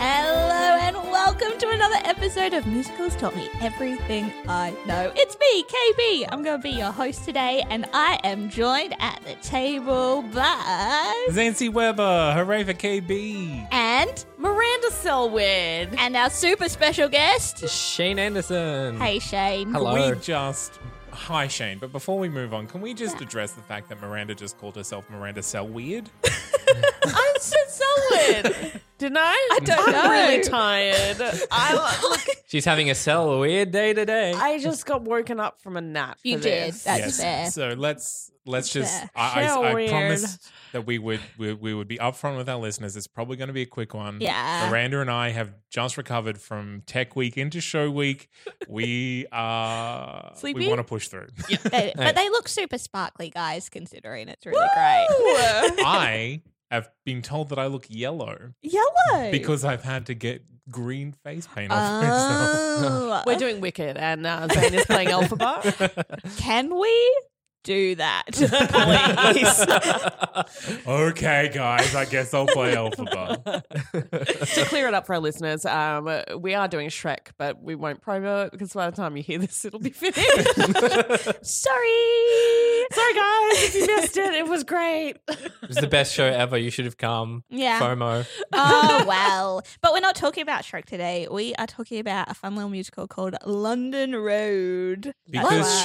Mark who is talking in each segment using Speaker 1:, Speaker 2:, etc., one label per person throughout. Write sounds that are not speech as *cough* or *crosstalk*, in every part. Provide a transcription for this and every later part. Speaker 1: Hello and welcome to another episode of Musicals Taught Me Everything I Know. It's me, KB. I'm going to be your host today, and I am joined at the table by
Speaker 2: Zancy Weber, hooray for KB.
Speaker 1: and
Speaker 3: Miranda Selwyn.
Speaker 1: and our super special guest,
Speaker 2: Shane Anderson.
Speaker 1: Hey Shane.
Speaker 2: Hello.
Speaker 4: Can we just. Hi, Shane. But before we move on, can we just address the fact that Miranda just called herself Miranda Sell Weird?
Speaker 3: I said Selwyn. Didn't I? I
Speaker 1: don't
Speaker 3: am
Speaker 1: know.
Speaker 3: really
Speaker 1: *laughs*
Speaker 3: tired. I look,
Speaker 2: She's having a cell a weird day today.
Speaker 3: I just got woken up from a nap.
Speaker 1: You
Speaker 3: for
Speaker 1: did.
Speaker 3: this.
Speaker 1: That's fair.
Speaker 4: So let's
Speaker 1: That's
Speaker 4: let's just.
Speaker 1: fair.
Speaker 4: I,
Speaker 3: So
Speaker 4: I, I
Speaker 3: weird.
Speaker 4: promised that we would we, we would be upfront with our listeners. It's probably going to be a quick one.
Speaker 1: Yeah.
Speaker 4: Miranda and I have just recovered from Tech Week into Show Week. We are
Speaker 3: Sleepy?
Speaker 4: We want to push through. *laughs*
Speaker 1: They-
Speaker 2: *laughs*
Speaker 1: but they look super sparkly, guys, considering it's really great. *laughs*
Speaker 3: Ooh.
Speaker 4: I have been told that I look yellow
Speaker 3: Yellow.
Speaker 4: because I've had to get green face paint off myself.
Speaker 2: *laughs*
Speaker 1: Oh,
Speaker 3: we're doing Wicked, and uh, Zane is playing Elphaba.
Speaker 1: can we do that?
Speaker 4: *laughs*
Speaker 2: *laughs*
Speaker 4: okay, guys, I guess I'll play
Speaker 3: *laughs*
Speaker 4: Alphaba.
Speaker 3: to clear it up for our listeners, um, we are doing Shrek, but we won't promo it because by the time you hear this, it'll be
Speaker 2: *laughs*
Speaker 3: finished.
Speaker 1: Sorry.
Speaker 3: Sorry, guys, if you missed it, it was great.
Speaker 2: it was the best show ever. You should have come.
Speaker 1: Yeah.
Speaker 2: FOMO.
Speaker 3: *laughs*
Speaker 1: oh well. But we're not talking about Shrek today. We are talking about a fun little musical called London Road. That's why.
Speaker 4: Because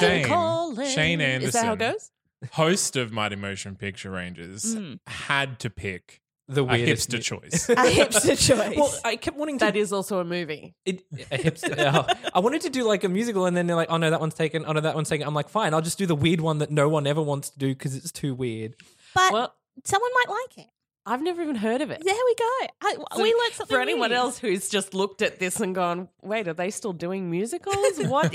Speaker 4: Shane- Shane
Speaker 3: Is that how it
Speaker 4: Anderson.
Speaker 3: goes? Hmm.
Speaker 4: Host of Mighty Motion Picture Rangers
Speaker 1: Mm.
Speaker 4: had to pick
Speaker 2: The
Speaker 4: a
Speaker 2: weirdest.
Speaker 4: hipster choice. *laughs*
Speaker 3: *laughs*
Speaker 1: a hipster choice.
Speaker 2: Well, I kept wanting to.
Speaker 3: That is also a movie.
Speaker 2: it, a hipster. oh, I wanted to do like a musical, and then they're like, "Oh no, that one's taken. Oh no, that one's taken." I'm like, "Fine, I'll just do the weird one that no one ever wants to do because it's too weird."
Speaker 1: but
Speaker 3: Well,
Speaker 1: someone might like it.
Speaker 3: I've never even heard of it.
Speaker 1: There we go. I,
Speaker 3: So
Speaker 1: we learned something
Speaker 3: for anyone
Speaker 1: new.
Speaker 3: else who's just looked at this and gone, wait, are they still doing musicals? What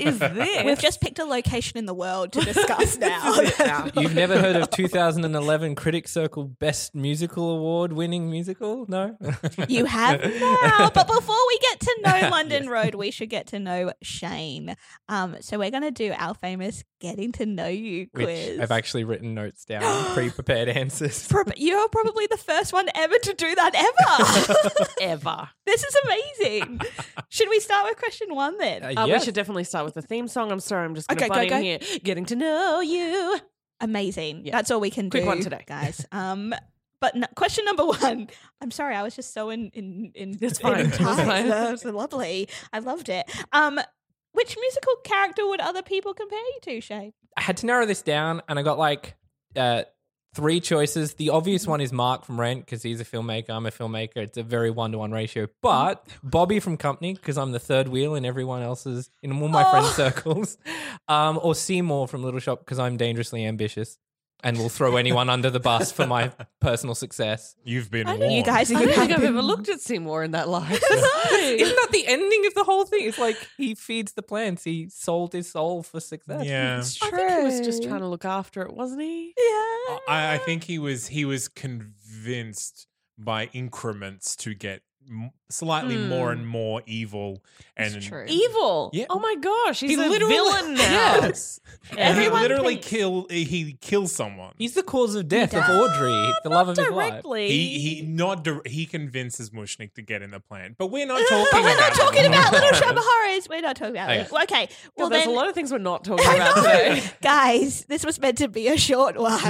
Speaker 1: *laughs*
Speaker 3: is this?
Speaker 1: We've just picked a location in the world to
Speaker 3: *laughs*
Speaker 1: discuss now.
Speaker 3: This is it now.
Speaker 2: You've never heard *laughs* of 2011 Critic Circle Best Musical Award winning musical? *laughs* No.
Speaker 1: *laughs* you have now. But before we get to know
Speaker 3: *laughs*
Speaker 1: London Road, we should get to know Shane. Um, so we're going to do our famous getting to know you
Speaker 2: Which
Speaker 1: quiz.
Speaker 2: I've actually written notes down, *gasps* pre-prepared answers.
Speaker 1: Prob- You're probably the first one ever to do that ever. *laughs*
Speaker 3: ever.
Speaker 1: This is amazing. Should we start with question one then?
Speaker 2: Uh,
Speaker 3: Uh,
Speaker 2: yes.
Speaker 3: We should definitely start with the theme song. I'm sorry, I'm just going to
Speaker 1: Okay, go,
Speaker 3: butt in
Speaker 1: go.
Speaker 3: here. Getting to know you.
Speaker 1: amazing.
Speaker 3: Yeah.
Speaker 1: That's all we can
Speaker 3: Quick
Speaker 1: do,
Speaker 3: one today.
Speaker 1: guys. Um, but no, question number one. I'm sorry, I was just so in in in.
Speaker 3: It's
Speaker 1: in
Speaker 3: fine. It's
Speaker 1: time.
Speaker 3: fine.
Speaker 1: That was lovely. I loved it. Um, which musical character would other people compare you to, Shay?
Speaker 2: I had to narrow this down, and I got like uh, three choices. The obvious one is Mark from Rent because he's a filmmaker. I'm a filmmaker. It's a very one-to-one ratio. But Bobby from Company because I'm the third wheel in everyone else's in all my
Speaker 1: Oh.
Speaker 2: friends' circles, *laughs* um, or Seymour from Little Shop because I'm dangerously ambitious and will throw anyone under the bus for my personal success.
Speaker 4: You've been
Speaker 1: I
Speaker 4: warned.
Speaker 1: don't- you guys.
Speaker 3: I don't think I've
Speaker 1: been-
Speaker 3: ever looked at Seymour in
Speaker 1: *laughs*
Speaker 3: that light. *laughs*
Speaker 2: Isn't that the ending of the whole thing? It's like he feeds the plants. He sold his soul for success.
Speaker 4: Yeah.
Speaker 3: I think he was just trying to look after it, wasn't he?
Speaker 1: Yeah.
Speaker 4: I, I think he was he was convinced by increments to get m- slightly
Speaker 3: Hmm.
Speaker 4: more and more evil. And
Speaker 3: true. Evil.
Speaker 4: Yeah.
Speaker 3: Oh my gosh, he's
Speaker 4: He
Speaker 3: a
Speaker 4: literally-
Speaker 1: *laughs*
Speaker 2: *laughs*
Speaker 3: villain now.
Speaker 4: And he
Speaker 3: Everyone
Speaker 4: literally
Speaker 3: thinks-
Speaker 4: kill he kills someone.
Speaker 2: He's the cause of death of Audrey, the love of his life.
Speaker 3: Directly.
Speaker 4: he he not dir- he convinces Mushnik to get in the plan, but we're
Speaker 3: *laughs*
Speaker 4: not talking.
Speaker 1: But *laughs* we're not
Speaker 4: about that.
Speaker 1: talking about Little
Speaker 4: *laughs*
Speaker 1: Shop of Horrors. We're not talking about
Speaker 2: Okay.
Speaker 1: it. Well, Okay.
Speaker 3: well,
Speaker 1: Well,
Speaker 3: there's
Speaker 1: then,
Speaker 3: a lot of things
Speaker 1: *laughs*
Speaker 3: we're not talking about today.
Speaker 2: *laughs*
Speaker 1: guys, this was meant to be a short one.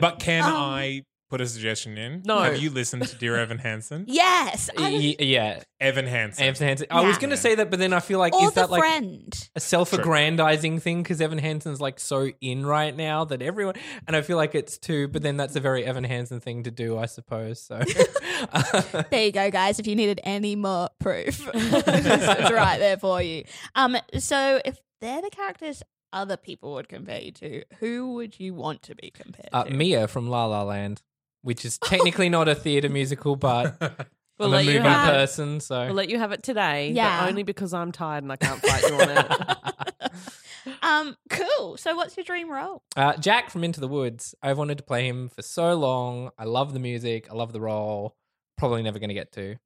Speaker 4: But can
Speaker 1: Um,
Speaker 4: I put a suggestion in?
Speaker 3: No.
Speaker 4: Have you listened to Dear
Speaker 1: *laughs*
Speaker 4: Evan Hansen?
Speaker 1: yes. I was-
Speaker 2: Y- yeah,
Speaker 4: Evan Hansen.
Speaker 2: Evan Hansen. I was
Speaker 1: Nah.
Speaker 2: going to say that, but then I feel like
Speaker 1: or
Speaker 2: is
Speaker 1: the
Speaker 2: that like *laughs*
Speaker 1: friend.
Speaker 2: a self-aggrandizing thing? Because Evan Hansen's like so in right now that everyone, and I feel like it's too. But then that's a very Evan Hansen thing to do, I suppose.
Speaker 3: *laughs*
Speaker 2: So *laughs*
Speaker 1: There you go, guys. If you needed any more
Speaker 2: *laughs*
Speaker 1: proof, it's right there for you. Um, so if they're the characters other people would compare you to, who would you want to be compared
Speaker 2: uh,
Speaker 1: to?
Speaker 2: Mia from La La Land, which is technically not a theater musical, but
Speaker 3: We'll
Speaker 2: I'm a
Speaker 3: let
Speaker 2: movie
Speaker 3: you have it.
Speaker 2: person. So
Speaker 3: We'll let you have it today.
Speaker 1: Yeah.
Speaker 3: But only because I'm tired and I can't fight you on
Speaker 1: *laughs*
Speaker 3: it.
Speaker 1: Um, cool. So what's your dream role?
Speaker 2: Uh, Jack from Into the Woods. I've wanted to play him for so long. I love the music. I love the role. Probably never going to get to.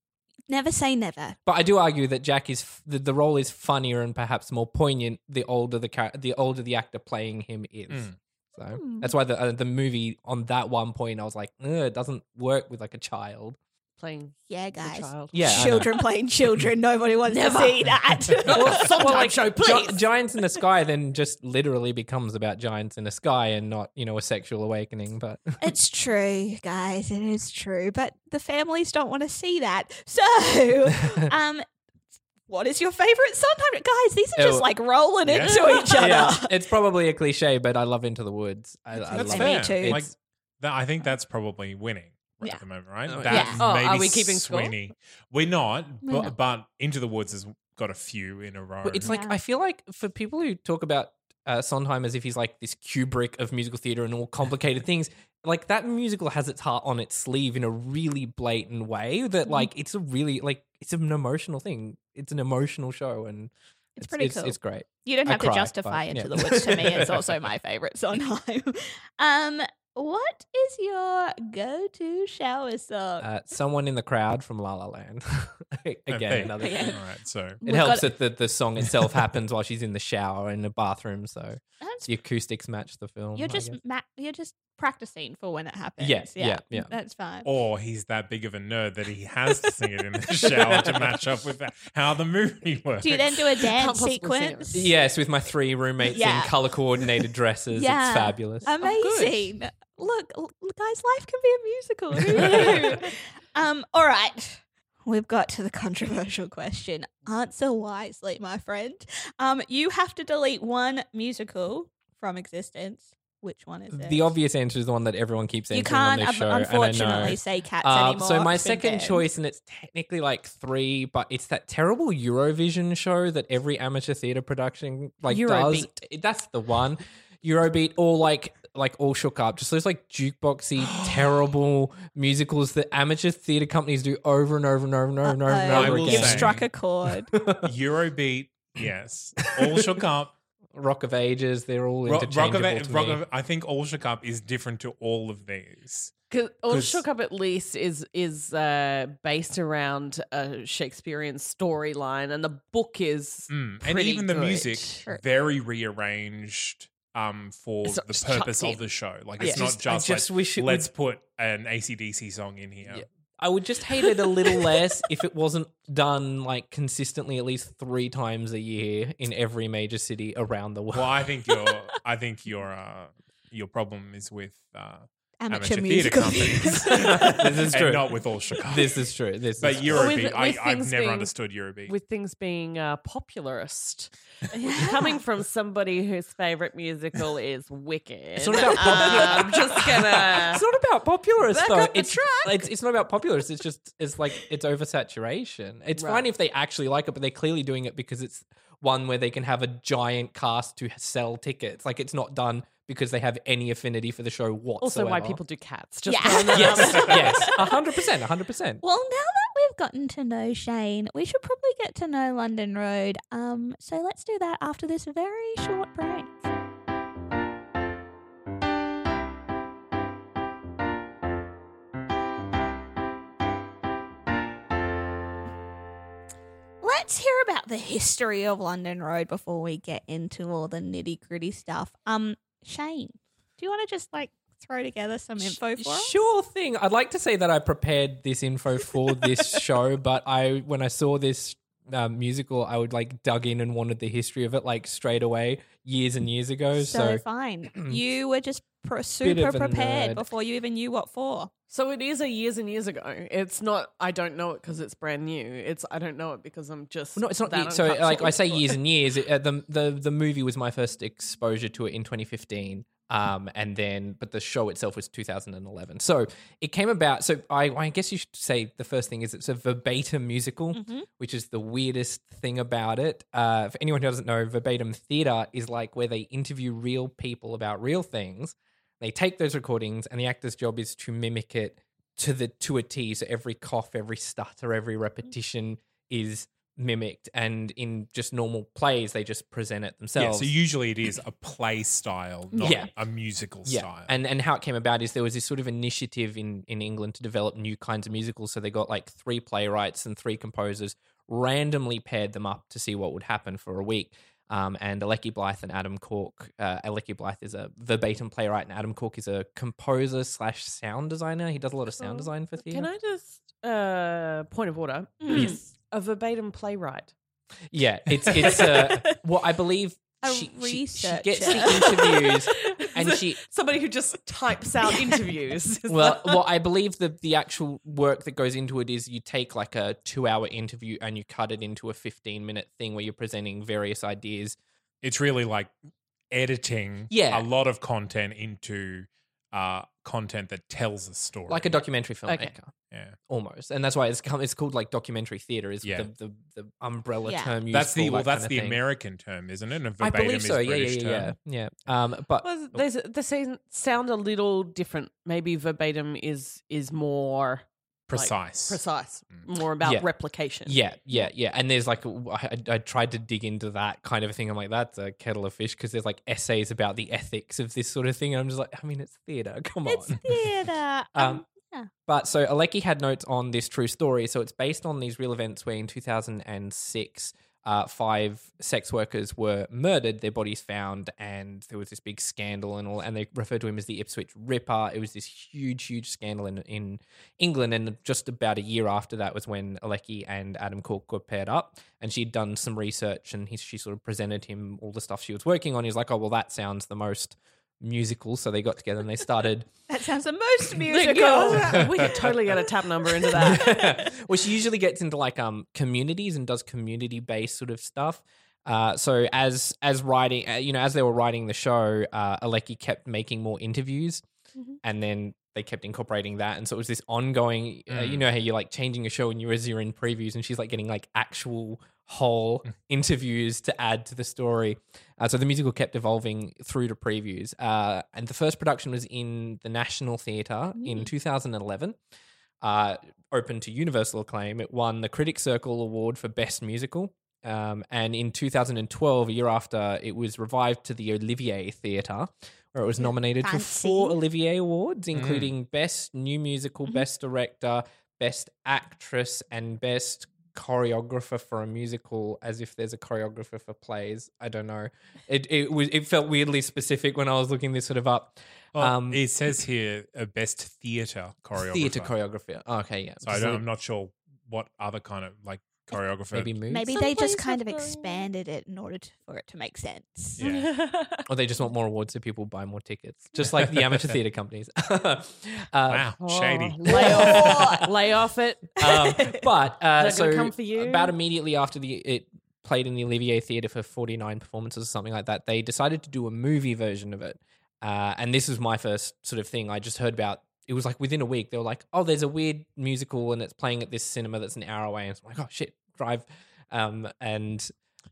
Speaker 1: Never say never.
Speaker 2: But I do argue that Jack is f- the, the role is funnier and perhaps more poignant the older the char- the older the actor playing him is.
Speaker 4: Mm.
Speaker 2: So that's why the uh, the movie on that one point I was like, "Ugh, it doesn't work with like a child.
Speaker 3: Playing
Speaker 1: Yeah,
Speaker 3: the
Speaker 1: guys.
Speaker 3: child.
Speaker 2: Yeah, I know.
Speaker 1: children playing children. Nobody wants to see that.
Speaker 2: *laughs* Well, like, Gi- giants in the sky then just literally becomes about giants in the sky and not you know a sexual awakening. But
Speaker 1: it's true, guys. It is true. But the families don't want to see that. So,
Speaker 2: *laughs*
Speaker 1: um, what is your favorite Sondheim? Guys, these are just
Speaker 2: Oh.
Speaker 1: like rolling
Speaker 4: Yeah.
Speaker 1: into each other.
Speaker 2: *laughs* yeah, it's probably a cliche, but I love Into the Woods. I, I
Speaker 4: That's
Speaker 2: love
Speaker 1: fair.
Speaker 2: it.
Speaker 1: Me too.
Speaker 4: fair. Like
Speaker 2: It's-
Speaker 4: that, I think that's probably winning. Right
Speaker 1: Uh-huh. Yeah.
Speaker 4: at the moment, right?
Speaker 2: Oh, yeah.
Speaker 4: That's
Speaker 3: Yeah. Oh,
Speaker 4: maybe
Speaker 3: are we keeping score?
Speaker 4: Sweeney. We're not,
Speaker 1: We're
Speaker 4: but,
Speaker 1: not.
Speaker 4: but Into the Woods has got a few in a row.
Speaker 2: But it's like
Speaker 1: Yeah.
Speaker 2: I feel like for people who talk about uh, Sondheim as if he's like this Kubrick of musical theater and all complicated things, like that musical has its heart on its sleeve in a really blatant way. That
Speaker 1: Mm-hmm.
Speaker 2: like it's a really like it's an emotional thing. It's an emotional show, and
Speaker 1: It's pretty
Speaker 2: it's,
Speaker 1: cool.
Speaker 2: It's great.
Speaker 1: You don't
Speaker 2: I
Speaker 1: have
Speaker 2: cried,
Speaker 1: to justify
Speaker 2: but,
Speaker 1: Into
Speaker 2: yeah.
Speaker 1: the Woods to me. It's
Speaker 2: *laughs*
Speaker 1: also my favorite Sondheim. *laughs* Um, what is your go-to shower song?
Speaker 2: Uh, someone in the crowd from La La Land. *laughs* Again,
Speaker 4: Okay.
Speaker 2: another.
Speaker 1: Oh, *laughs* Yeah.
Speaker 4: all right. So
Speaker 2: It
Speaker 1: We've
Speaker 2: helps
Speaker 1: got-
Speaker 2: that the, the song itself happens while she's in the shower in the bathroom, so
Speaker 1: That's
Speaker 2: the acoustics match the film.
Speaker 1: You're
Speaker 2: I
Speaker 1: just
Speaker 2: guess.
Speaker 1: ma- you're just practicing for when it happens.
Speaker 2: Yeah, yeah, yeah.
Speaker 1: That's fine.
Speaker 4: or he's that big of a nerd that he has to sing it in
Speaker 2: *laughs*
Speaker 4: the shower to match up with how the movie *laughs* works.
Speaker 1: do you then do
Speaker 2: *laughs*
Speaker 1: a dance
Speaker 3: possible
Speaker 1: sequence?
Speaker 3: theory.
Speaker 2: Yes, with my three roommates
Speaker 1: Yeah.
Speaker 2: in color coordinated dresses.
Speaker 1: Yeah.
Speaker 2: It's fabulous.
Speaker 1: Amazing. Look, l- guys, life can be a musical.
Speaker 2: *laughs*
Speaker 1: Who knew? um, all right. We've got to the controversial question. Answer wisely, my friend. Um, you have to delete one musical from existence. Which one is it?
Speaker 2: The obvious answer is the one that everyone keeps
Speaker 1: You
Speaker 2: answering
Speaker 1: can't,
Speaker 2: on this
Speaker 1: un-
Speaker 2: show. and I know.
Speaker 1: unfortunately, say cats
Speaker 2: Um,
Speaker 1: anymore.
Speaker 2: so my
Speaker 1: It's been
Speaker 2: second
Speaker 1: banned.
Speaker 2: choice, and it's technically like three, but it's that terrible Eurovision show that every amateur theater production like does.
Speaker 3: Eurobeat.
Speaker 2: It- That's the one, Eurobeat, or like like all shook up. Just those like
Speaker 1: *gasps*
Speaker 2: jukeboxy, terrible musicals that amateur theater companies do over and over and over and over and over and
Speaker 1: Uh-oh.
Speaker 4: I
Speaker 2: over
Speaker 4: will
Speaker 2: again.
Speaker 1: You've
Speaker 4: say-
Speaker 1: struck a
Speaker 4: *laughs*
Speaker 1: chord.
Speaker 4: Eurobeat, yes. All shook
Speaker 2: *laughs*
Speaker 4: up.
Speaker 2: Rock of Ages, they're all
Speaker 4: Ro- Rock
Speaker 2: interchangeable
Speaker 4: of,
Speaker 2: to
Speaker 4: Rock
Speaker 2: me.
Speaker 4: of, I think All Shook Up is different to all of these.
Speaker 3: Cause, or
Speaker 4: 'Cause-
Speaker 3: shook up at least is is uh, based around a Shakespearean storyline, and the book is
Speaker 4: Mm. And
Speaker 3: Pretty
Speaker 4: even the
Speaker 3: good.
Speaker 4: music,
Speaker 3: Sure.
Speaker 4: very rearranged um, for
Speaker 3: It's not
Speaker 4: the
Speaker 3: just
Speaker 4: purpose
Speaker 3: chucked in.
Speaker 4: of the show. Like,
Speaker 2: I
Speaker 4: it's
Speaker 2: just-
Speaker 4: not
Speaker 2: I
Speaker 4: just,
Speaker 2: just
Speaker 4: like,
Speaker 2: wish it
Speaker 4: let's put an ACDC song in here.
Speaker 2: Yeah. I would just hate it a little
Speaker 4: *laughs*
Speaker 2: less if it wasn't done like consistently at least three times a year in every major city around the world.
Speaker 4: Well, I think your, I think your, uh, your problem is with uh,
Speaker 1: Amateur,
Speaker 4: amateur, theatre
Speaker 1: musical.
Speaker 4: companies.
Speaker 2: This
Speaker 4: *laughs* And
Speaker 2: is true.
Speaker 4: not with All Shook Up.
Speaker 2: This is true. This
Speaker 4: but
Speaker 2: is true.
Speaker 3: Well, with-
Speaker 4: Eurobeat,
Speaker 3: with
Speaker 4: I, I've
Speaker 3: things
Speaker 4: never
Speaker 3: being-
Speaker 4: understood Eurobeat.
Speaker 3: with things being uh,
Speaker 2: *laughs*
Speaker 3: popularist.
Speaker 1: Yeah.
Speaker 3: *laughs* Coming from somebody whose favorite musical is Wicked, um,
Speaker 2: It's not about popular-
Speaker 3: I'm just gonna.
Speaker 2: *laughs* *laughs* It's not about popularists
Speaker 3: Back
Speaker 2: though.
Speaker 3: up the
Speaker 2: it's,
Speaker 3: track.
Speaker 2: it's it's not about popularists. It's just it's like it's oversaturation. It's
Speaker 3: Right.
Speaker 2: fine if they actually like it, but they're clearly doing it because it's one where they can have a giant cast to sell tickets. Like it's not done because they have any affinity for the show whatsoever.
Speaker 3: Also, why people do cats? Just
Speaker 1: Yeah.
Speaker 3: throwing
Speaker 2: *laughs*
Speaker 3: that
Speaker 2: Yes,
Speaker 3: out there.
Speaker 2: yes, hundred percent, hundred percent.
Speaker 1: Well, now that we've gotten to know Shane, we should probably get to know London Road. Um, so let's do that after this very short break. let's hear about the history of London Road before we get into all the nitty gritty stuff. Um, Shane, do you want to just like throw together some info for us?
Speaker 2: Sure thing. I'd like to say that I prepared this info for *laughs* this show, but I when I saw this uh, musical, I would like dug in and wanted the history of it like straight away years and years ago.
Speaker 1: So
Speaker 2: So, *clears throat*
Speaker 1: fine, you were just pro- super
Speaker 2: of a
Speaker 1: prepared
Speaker 2: nerd.
Speaker 1: before you even knew what for.
Speaker 3: So it is a years and years ago. It's not. I don't know it because it's brand new. It's I don't know it because I'm just.
Speaker 2: Well, no, it's not.
Speaker 3: that
Speaker 2: ye- So like I say,
Speaker 3: uncomfortable.
Speaker 2: years and years. It, uh, the the the movie was my first exposure to it in 2015. Um, and then, but the show itself was 2011. So it came about. So I, I guess you should say the first thing is it's a verbatim musical,
Speaker 1: Mm-hmm.
Speaker 2: which is the weirdest thing about it. Uh, for anyone who doesn't know, verbatim theater is like where they interview real people about real things. They take those recordings, and the actor's job is to mimic it to the to a T. So every cough, every stutter, every repetition is mimicked. And in just normal plays, they just present it
Speaker 4: Yeah,
Speaker 2: themselves.
Speaker 4: so usually it is a play style, not
Speaker 2: Yeah.
Speaker 4: a musical style.
Speaker 2: And and how it came about is there was this sort of initiative in in England to develop new kinds of musicals. So they got like three playwrights and three composers, randomly paired them up to see what would happen for a week. Um, and Alecky Blythe and Adam Cork. Uh, Alecky Blythe is a verbatim playwright, and Adam Cork is a composer slash sound designer. He does a lot of sound
Speaker 3: Cool.
Speaker 2: design for theatre.
Speaker 3: Can I just uh point of order?
Speaker 2: Mm.
Speaker 3: Yes. A verbatim
Speaker 2: *laughs*
Speaker 3: playwright.
Speaker 2: Yeah, it's it's uh, well, I believe
Speaker 1: A
Speaker 2: she, she, she gets
Speaker 1: researcher.
Speaker 2: the
Speaker 3: *laughs*
Speaker 2: interviews, and
Speaker 3: So-
Speaker 2: she
Speaker 3: somebody who just types out
Speaker 2: *laughs*
Speaker 3: interviews. Is
Speaker 2: well,
Speaker 3: that- *laughs*
Speaker 2: well, I believe the the actual work that goes into it is you take like a two hour interview and you cut it into a fifteen minute thing where you're presenting various ideas.
Speaker 4: it's really like editing
Speaker 2: Yeah.
Speaker 4: a lot of content into uh, content that tells a story.
Speaker 2: Like a documentary filmmaker,
Speaker 3: Okay.
Speaker 4: Yeah.
Speaker 2: almost, and that's why it's come, it's called like documentary theater is
Speaker 4: Yeah.
Speaker 2: the, the the umbrella
Speaker 1: Yeah.
Speaker 2: term. Used
Speaker 4: That's
Speaker 2: for
Speaker 4: the
Speaker 2: all
Speaker 4: well,
Speaker 2: that
Speaker 4: that's
Speaker 2: kind of
Speaker 4: the
Speaker 2: thing.
Speaker 4: American term, isn't it? And
Speaker 2: I
Speaker 4: verbatim
Speaker 2: believe
Speaker 4: is
Speaker 2: so. Yeah,
Speaker 4: British
Speaker 2: yeah,
Speaker 4: term.
Speaker 2: yeah, yeah, yeah. Um, but
Speaker 3: Well, there's they say- sound a little different. Maybe verbatim is is more
Speaker 4: Precise.
Speaker 3: precise,
Speaker 4: Mm.
Speaker 3: more about
Speaker 2: Yeah.
Speaker 3: replication.
Speaker 2: Yeah, yeah, yeah. And there's like, I, I tried to dig into that kind of thing. I'm like, that's a kettle of fish because there's like essays about the ethics of this sort of thing. And I'm just like, I mean, it's theater. *laughs* Come on.
Speaker 1: It's
Speaker 2: *laughs*
Speaker 1: theatre.
Speaker 2: Um,
Speaker 1: Um,
Speaker 2: But so Alecki had notes on this true story. So it's based on these real events where in 2006, uh, five sex workers were murdered, their bodies found, and there was this big scandal and all. And they referred to him as the Ipswich Ripper. It was this huge, huge scandal in, in England. And just about a year after that was when Alecki and Adam Cork were paired up. And she'd done some research and he, she sort of presented him all the stuff she was working on. He was like, oh, well, that sounds the most musical. So they got together and they started.
Speaker 1: that sounds the
Speaker 2: *laughs*
Speaker 1: most
Speaker 3: *laughs* There you
Speaker 1: musical. *laughs*
Speaker 3: go. we could totally get a tap number into that. *laughs*
Speaker 2: *laughs* well, she usually gets into like um communities and does community based sort of stuff. Uh, so as as writing, uh, you know, as they were writing the show, uh, Alecki kept making more interviews,
Speaker 1: Mhm.
Speaker 2: and then they kept incorporating that, and so it was this ongoing. Uh, you
Speaker 4: Mm.
Speaker 2: know how you're like changing a show and you're zero in previews, and she's like getting like actual whole interviews to add to the story. Uh, so the musical kept evolving through to previews, uh, and the first production was in the National Theatre in 2011 uh, open to universal acclaim. It won the Critic Circle Award for Best Musical. Um, and in 2012, a year after, it was revived to the Olivier Theatre, where it was nominated for four
Speaker 1: Fancy.
Speaker 2: Olivier Awards,
Speaker 4: Mm.
Speaker 2: including Best New Musical, Best Director, Best Actress, and Best Choreographer for a Musical. As if there's a choreographer for plays, I don't know. It it was it felt weirdly specific when I was looking this sort of up.
Speaker 4: Well,
Speaker 2: Um,
Speaker 4: it
Speaker 2: *laughs*
Speaker 4: says here a best theatre choreographer.
Speaker 2: Theatre choreographer. okay, yeah.
Speaker 4: So I
Speaker 2: So
Speaker 4: don't, I'm not sure what other kind of like choreographer.
Speaker 2: maybe moves.
Speaker 1: Maybe
Speaker 3: Some
Speaker 1: they
Speaker 3: place
Speaker 1: just kind
Speaker 3: I've
Speaker 1: of
Speaker 3: gone-
Speaker 1: expanded it in order to, for it to make sense.
Speaker 4: Yeah.
Speaker 2: Or Oh, they just want more awards so people buy more tickets, just like
Speaker 3: *laughs*
Speaker 2: the amateur theatre companies. *laughs* uh,
Speaker 4: wow,
Speaker 2: *laughs*
Speaker 4: shady.
Speaker 3: Oh, lay, off, lay off it. *laughs*
Speaker 2: um, but uh,
Speaker 3: gonna
Speaker 2: so
Speaker 3: come for you?
Speaker 2: about immediately after the it played in the Olivier Theatre for 49 performances or something like that, they decided to do a movie version of it. Uh, and this was my first sort of thing. I just heard about it was like within a week they were like, "Oh, there's a weird musical and it's playing at this cinema that's an hour away." And it's like, "Oh shit, drive." Um, and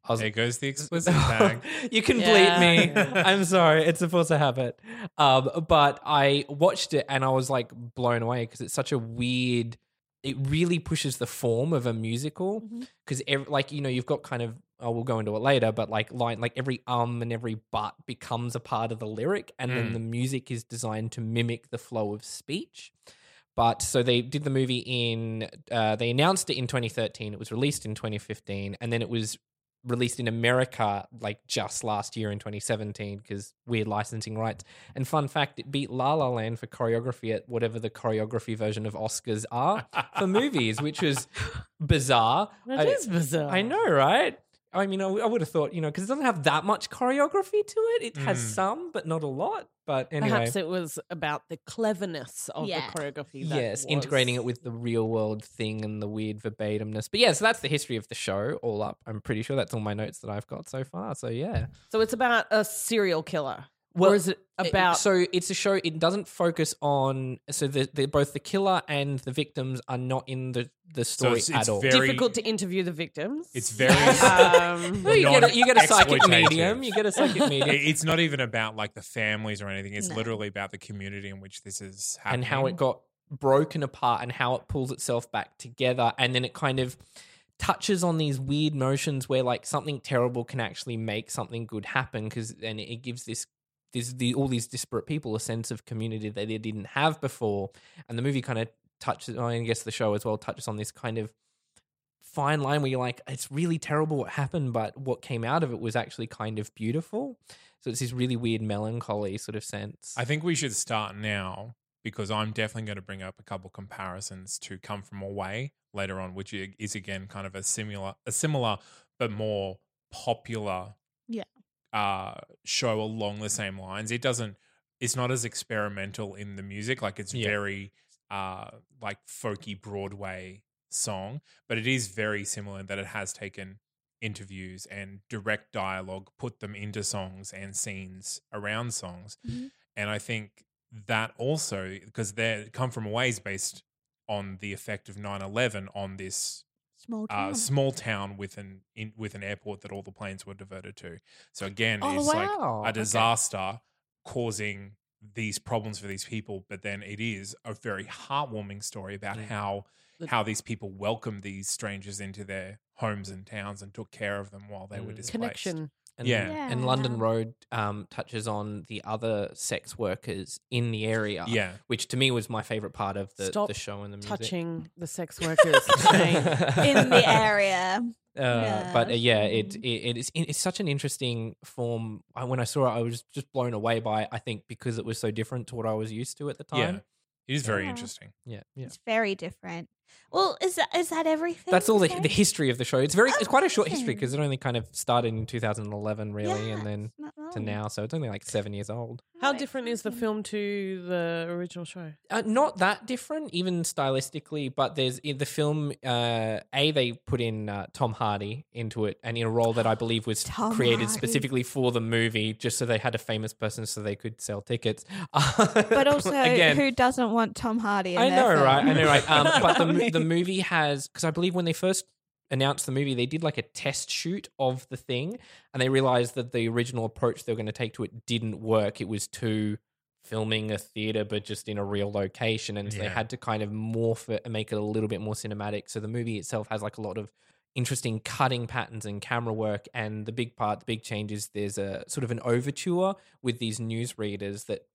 Speaker 2: I
Speaker 4: *laughs*
Speaker 2: was
Speaker 4: There
Speaker 2: like,
Speaker 4: goes the
Speaker 2: *laughs*
Speaker 4: explicit tag.
Speaker 2: you can
Speaker 3: Yeah.
Speaker 2: bleep me. *laughs* I'm sorry. It's supposed to happen. Um, but I watched it and I was like blown away because it's such a weird. It really pushes the form of a musical because like you know you've got kind of oh we'll go into it later but like line like every um and every but becomes a part of the lyric and then
Speaker 4: Mm.
Speaker 2: the music is designed to mimic the flow of speech. But so they did the movie in, uh, they announced it in 2013. It was released in 2015. And then it was released in America like just last year in 2017 because weird licensing rights. And fun fact, it beat La La Land for choreography at whatever the choreography version of Oscars are for movies, which was bizarre. I-
Speaker 3: That is bizarre.
Speaker 2: I know, right? I mean, I, I would have thought, you know, because it doesn't have that much choreography to it. It has
Speaker 4: Mm.
Speaker 2: some, but not a lot. But anyway,
Speaker 3: Perhaps it was about the cleverness of
Speaker 1: Yeah.
Speaker 3: the choreography. That
Speaker 2: yes,
Speaker 3: was.
Speaker 2: integrating it with the real world thing and the weird verbatimness. But yeah, so that's the history of the show all up. I'm pretty sure that's all my notes that I've got so far. So yeah.
Speaker 3: So it's about a serial killer.
Speaker 2: Well,
Speaker 3: or is it
Speaker 2: It-
Speaker 3: about?
Speaker 2: so it's a show it doesn't focus on so the, the both the killer and the victims are not in the the story
Speaker 4: it's-
Speaker 2: at
Speaker 4: it's
Speaker 2: all
Speaker 4: very-
Speaker 3: difficult to interview the victims.
Speaker 4: It's
Speaker 3: *laughs*
Speaker 4: very.
Speaker 3: Um,
Speaker 2: Well, you, get a, you get a psychic
Speaker 4: non-exploitative.
Speaker 2: medium you get a psychic
Speaker 4: It-
Speaker 2: medium
Speaker 4: It's not even about like the families or anything. It's
Speaker 1: No.
Speaker 4: literally about the community in which this is happening
Speaker 2: and how it got broken apart and how it pulls itself back together and then it kind of touches on these weird notions where like something terrible can actually make something good happen because and it gives this this the all these disparate people a sense of community that they didn't have before and the movie kind of touches i guess the show as well touches on this kind of fine line where you're like it's really terrible what happened but what came out of it was actually kind of beautiful so it's this really weird melancholy sort of sense
Speaker 4: I think we should start now because I'm definitely going to bring up a couple comparisons to Come From Away later on, which i- is again kind of a similar, a similar but more popular,
Speaker 1: Yeah.
Speaker 4: uh, show along the same lines. It doesn't, it's not as experimental in the music, like it's
Speaker 2: Yeah.
Speaker 4: very, uh, like folky Broadway song, but it is very similar in that it has taken interviews and direct dialogue, put them into songs and scenes around songs.
Speaker 1: Mhm.
Speaker 4: And I think that also, because they're come from away is based on the effect of 9 11 on this
Speaker 1: Small
Speaker 4: uh,
Speaker 2: Mm.
Speaker 1: town.
Speaker 4: small town with an, in, with an airport that all the planes were diverted to. So again,
Speaker 2: Oh,
Speaker 4: it's
Speaker 2: wow.
Speaker 4: like a
Speaker 2: Okay.
Speaker 4: disaster causing these problems for these people. But then it is a very heartwarming story about
Speaker 2: Mm.
Speaker 4: how
Speaker 3: The-
Speaker 4: how these people welcomed these strangers into their homes and towns and took care of them while they were
Speaker 2: Mm.
Speaker 4: displaced.
Speaker 3: connection.
Speaker 2: And,
Speaker 4: Yeah.
Speaker 2: And
Speaker 1: Yeah.
Speaker 2: London Road um, touches on the other sex workers in the area.
Speaker 4: Yeah.
Speaker 2: Which to me was my favorite part of the,
Speaker 3: Stop
Speaker 2: the show and the music. *laughs*
Speaker 3: Touching the sex workers. Shane.
Speaker 1: *laughs* in the area.
Speaker 2: Uh, But uh,
Speaker 1: Yes.
Speaker 2: yeah, it,
Speaker 1: Mhm.
Speaker 2: it it is it's such an interesting form. I, when I saw it, I was just blown away by. it, I think because it was so different to what I was used to at the
Speaker 4: Yeah.
Speaker 2: time.
Speaker 4: It is very
Speaker 1: Yeah.
Speaker 4: interesting.
Speaker 2: *laughs* Yeah, *laughs* yeah.
Speaker 1: It's very different. Well, is that is that everything?
Speaker 2: That's all the,
Speaker 1: Okay.
Speaker 2: the history of the show. It's very it's quite a short history
Speaker 1: Amazing.
Speaker 2: because it only kind of started in 2011 really,
Speaker 1: Yeah,
Speaker 2: and then
Speaker 1: it's not
Speaker 2: to
Speaker 1: long.
Speaker 2: now. So it's only like seven years old.
Speaker 3: How
Speaker 1: Like,
Speaker 3: different is the
Speaker 2: *laughs*
Speaker 1: fucking-
Speaker 3: film to the original show?
Speaker 2: uh, not that different, even stylistically. But there's in the film. Uh, a they put in uh, Tom Hardy into it, and in a role that I believe
Speaker 1: *gasps*
Speaker 2: was
Speaker 1: Tom
Speaker 2: created
Speaker 1: Hardy.
Speaker 2: specifically for the movie, just so they had a famous person, so they could sell tickets. *laughs*
Speaker 1: But also,
Speaker 2: again,
Speaker 1: who doesn't want Tom Hardy? In
Speaker 2: I
Speaker 1: their
Speaker 2: know,
Speaker 1: film?
Speaker 2: right? I know, right? Um,
Speaker 1: *laughs*
Speaker 2: but the, mo- the movie has because I believe when they first announced the movie, they did like a test shoot of the thing, and they realized that the original approach they were going to take to it didn't work. It was too filming a theater, but just in a real location, and so they
Speaker 4: Yeah.
Speaker 2: had to kind of morph it and make it a little bit more cinematic. So the movie itself has like a lot of interesting cutting patterns and camera work and the big part the big change is there's a sort of an overture with these newsreaders that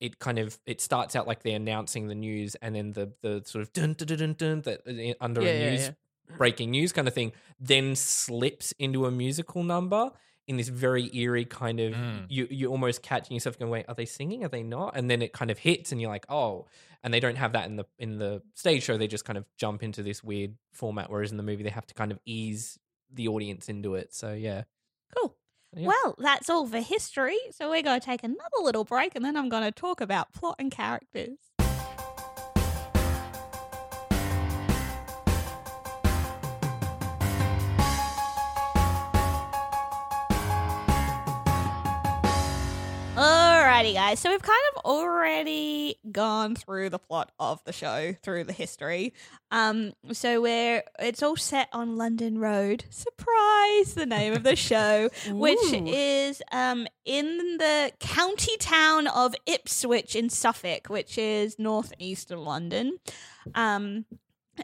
Speaker 2: it kind of it starts out like they're announcing the news and then the the sort of dun dun dun dun, dun that uh, under
Speaker 3: Yeah,
Speaker 2: a
Speaker 3: yeah,
Speaker 2: news breaking news kind of thing then slips into a musical number in this very eerie kind of
Speaker 4: Mm.
Speaker 2: you you almost catching yourself going wait are they singing are they not and then it kind of hits and you're like oh and they don't have that in the in the stage show they just kind of jump into this weird format whereas in the movie they have to kind of ease the audience into it so yeah
Speaker 1: Cool.
Speaker 2: Yeah.
Speaker 1: Well, that's all for history. So we're going to take another little break, and then I'm going to talk about plot and characters. Alrighty, guys. So we've kind of already gone through the plot of the show, through the history. Um, so we're it's all set on London Road. Surprise! The name of the show, which
Speaker 3: Ooh.
Speaker 1: is um in the county town of Ipswich in Suffolk, which is northeast of London. Um,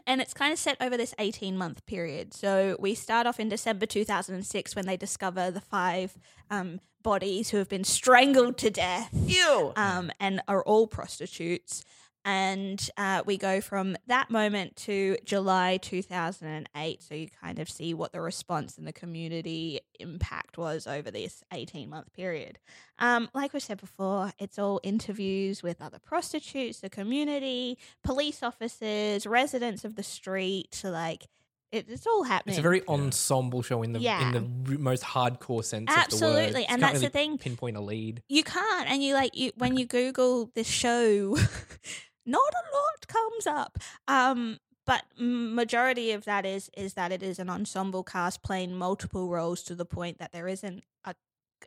Speaker 1: and it's kind of set over this 18 month period. So we start off in December 2006 when they discover the five um, bodies who have been strangled to death
Speaker 3: Ew.
Speaker 1: um, and are all prostitutes. And uh, we go from that moment to July 2008. So you kind of see what the response in the community impact was over this 18 month period. Um, like we said before, it's all interviews with other prostitutes, the community, police officers, residents of the street. Like it, it's all happening.
Speaker 2: It's a very ensemble show in the
Speaker 1: Yeah.
Speaker 2: in the r- most hardcore sense. of the word.
Speaker 1: Absolutely, and
Speaker 2: You can't
Speaker 1: that's the
Speaker 2: really
Speaker 1: thing.
Speaker 2: Pinpoint a lead.
Speaker 1: you can't and you like you when you google this show *laughs* not a lot comes up um but m- majority of that is is that it is an ensemble cast playing multiple roles to the point that there isn't a,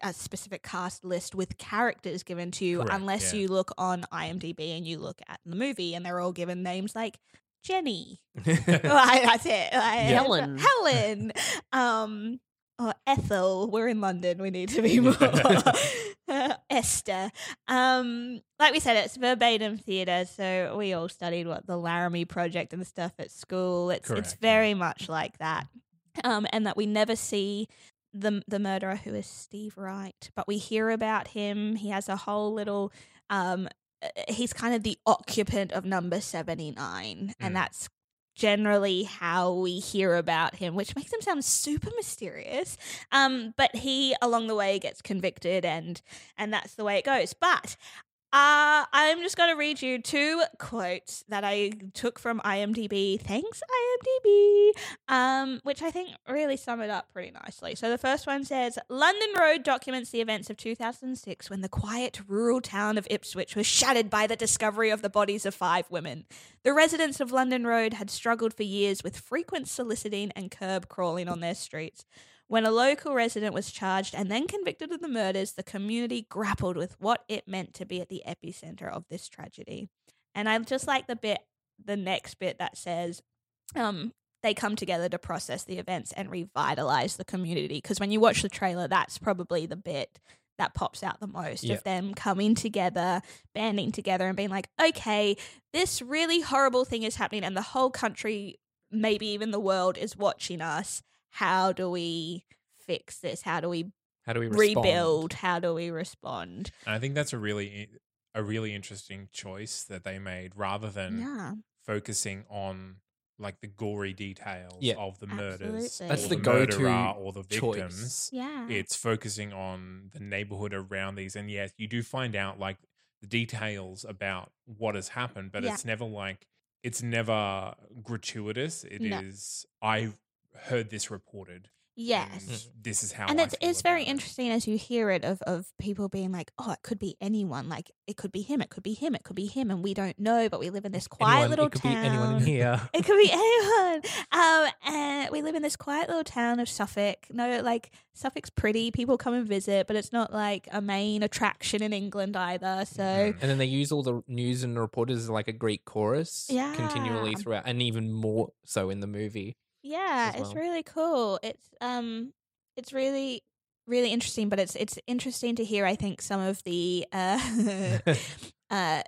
Speaker 1: a specific cast list with characters given to you
Speaker 4: Correct,
Speaker 1: unless
Speaker 4: yeah.
Speaker 1: you look on imdb and you look at the movie and they're all given names like
Speaker 4: *laughs*
Speaker 1: jenny like, that's it Like, *laughs*
Speaker 3: Helen.
Speaker 4: Mm.
Speaker 1: Helen. Um, or Ethel. We're in London. We need to
Speaker 4: *laughs*
Speaker 1: be more. *laughs* uh, Esther. Um, like we said, it's verbatim theatre, so we all studied what the Laramie Project and stuff at school. It's it's
Speaker 4: Correct, yeah.
Speaker 1: very much like that, um, and that we never see the the murderer who is Steve Wright, but we hear about him. He has a whole little. Um, uh, he's kind of the occupant of number seventy nine, and
Speaker 4: Mm.
Speaker 1: that's generally how we hear about him, which makes him sound super mysterious. Um, but he along the way gets convicted, and and that's the way it goes. But uh, I'm just going to read you two quotes that I took from IMDb. Thanks, IMDb, um, which I think really sum it up pretty nicely. So the first one says London Road documents the events of 2006 when the quiet rural town of Ipswich was shattered by the discovery of the bodies of five women. The residents of London Road had struggled for years with frequent soliciting and curb crawling on their streets. When a local resident was charged and then convicted of the murders, the community grappled with what it meant to be at the epicenter of this tragedy. And I just like the bit, the next bit that says, um, they come together to process the events and revitalize the community. Because when you watch the trailer, that's probably the bit that pops out the most
Speaker 2: Yeah.
Speaker 1: of them coming together, banding together, and being like, okay, this really horrible thing is happening, and the whole country, maybe even the world, is watching us. How do we fix this? How do we
Speaker 2: How do we respond?
Speaker 1: rebuild? How do we respond?
Speaker 4: And I think that's a really i- a really interesting choice that they made rather than
Speaker 1: Yeah,
Speaker 4: focusing on like the gory details
Speaker 2: Yeah.
Speaker 4: of the murders
Speaker 1: Absolutely.
Speaker 4: or
Speaker 2: That's
Speaker 4: the,
Speaker 2: the go-to
Speaker 4: murderer or the
Speaker 2: choice.
Speaker 4: victims.
Speaker 1: yeah,
Speaker 4: It's focusing on the neighborhood around these and yes, you do find out like the details about what has happened, but
Speaker 1: Yeah.
Speaker 4: it's never like it's never gratuitous. It is
Speaker 1: No.
Speaker 4: I heard this reported.
Speaker 1: yes.
Speaker 4: and this is how
Speaker 1: and
Speaker 4: I
Speaker 1: it's
Speaker 4: feel
Speaker 1: it's very
Speaker 4: about it.
Speaker 1: interesting as you hear it of of people being like, oh, it could be anyone. Like it could be him. It could be him. It could be him. And we don't know, but we live in this quiet
Speaker 2: Anyone-
Speaker 1: little
Speaker 2: it could
Speaker 1: town.
Speaker 2: be anyone in here.
Speaker 1: It could be anyone. Um, and we live in this quiet little town of Suffolk. No, like Suffolk's pretty. People come and visit, but it's not like a main attraction in England either. So
Speaker 4: Mhm.
Speaker 2: And then they use all the news and reporters as like a Greek chorus continually
Speaker 1: Yeah.
Speaker 2: throughout, and even more so in the
Speaker 1: *laughs*
Speaker 2: movie.
Speaker 1: yeah,
Speaker 2: as
Speaker 1: it's
Speaker 2: well.
Speaker 1: really cool. It's um, it's really really interesting. But it's it's interesting to hear. I think some of the
Speaker 2: *laughs*
Speaker 1: uh, *laughs* uh,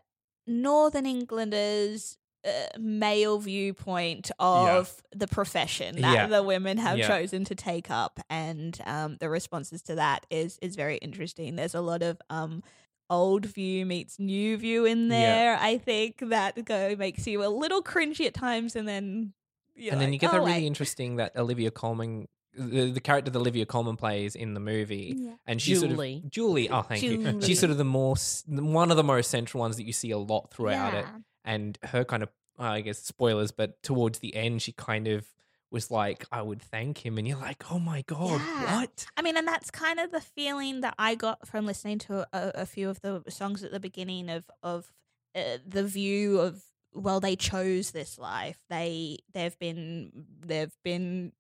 Speaker 1: Northern Englanders' uh, male viewpoint of the profession that
Speaker 2: Yeah.
Speaker 1: the women have
Speaker 2: Yeah.
Speaker 1: chosen to take up, and um, the responses to that is is very interesting. There's a lot of um, old view meets new view in
Speaker 2: Yeah.
Speaker 1: there. I think that go makes you a little cringy at times, and then you're
Speaker 2: and then
Speaker 1: like,
Speaker 2: you get
Speaker 1: "Oh,
Speaker 2: that really
Speaker 1: wait."
Speaker 2: interesting that Olivia Colman, the, the character that Olivia Colman plays in the movie,
Speaker 1: Yeah.
Speaker 2: and she's
Speaker 3: Julie.
Speaker 2: sort of Julie. Oh, thank you.
Speaker 1: Mm, Julie.
Speaker 2: She's sort of the more s- one of the most central ones that you see a lot throughout it.
Speaker 1: Yeah.
Speaker 2: and her kind of uh, I guess spoilers, but towards the end she kind of was like, I would thank him and you're like, Oh my god,
Speaker 1: Yeah.
Speaker 2: what?
Speaker 1: I mean, and that's kind of the feeling that I got from listening to a, a few of the songs at the beginning of of uh, the view of well, they chose this life. They they've been they've been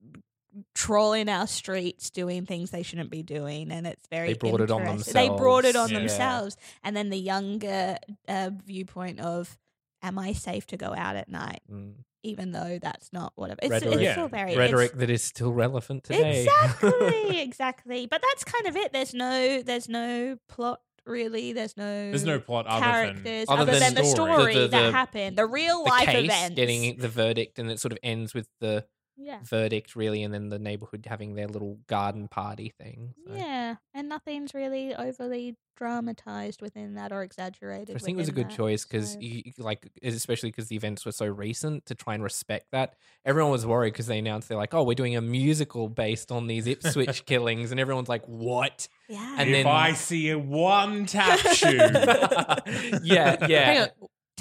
Speaker 1: trawling our streets, doing things they shouldn't be doing, and it's very
Speaker 2: They brought it on
Speaker 1: interest- They brought it on
Speaker 4: themselves. Yeah.
Speaker 1: themselves, and then the younger uh, viewpoint of. Am I safe to go out at night?
Speaker 2: Mm.
Speaker 1: Even though that's not whatever. It's,
Speaker 2: Rhetoric.
Speaker 1: it's
Speaker 4: Yeah.
Speaker 1: still very it's-
Speaker 2: Rhetoric that is still relevant today. *laughs*
Speaker 1: Exactly, exactly. But that's kind of it. There's no there's no plot really. There's no
Speaker 4: There's no plot other than
Speaker 1: characters
Speaker 2: other
Speaker 1: other, than,
Speaker 2: than
Speaker 1: the
Speaker 2: story.
Speaker 1: story
Speaker 2: The- the-
Speaker 1: that
Speaker 2: the-
Speaker 1: happened, the real
Speaker 2: the
Speaker 1: life
Speaker 2: case
Speaker 1: events.
Speaker 2: getting the verdict and it sort of ends with the
Speaker 1: Yeah.
Speaker 2: verdict really, and then the neighborhood having their little garden party thing. So.
Speaker 1: Yeah, and nothing's really overly dramatized within that or exaggerated.
Speaker 2: I think it was a
Speaker 1: within
Speaker 2: good
Speaker 1: that,
Speaker 2: choice because,
Speaker 1: so-
Speaker 2: like, e, especially because the events were so recent to try and respect that. Everyone was worried because they announced they're like, "Oh, we're doing a musical based on these Ipswich
Speaker 3: *laughs*
Speaker 2: killings," and everyone's like, "What?"
Speaker 1: yeah,
Speaker 2: and
Speaker 4: if
Speaker 2: then-
Speaker 4: I see a
Speaker 1: *laughs*
Speaker 4: one tap shoe,
Speaker 2: yeah, yeah.
Speaker 3: Hang on.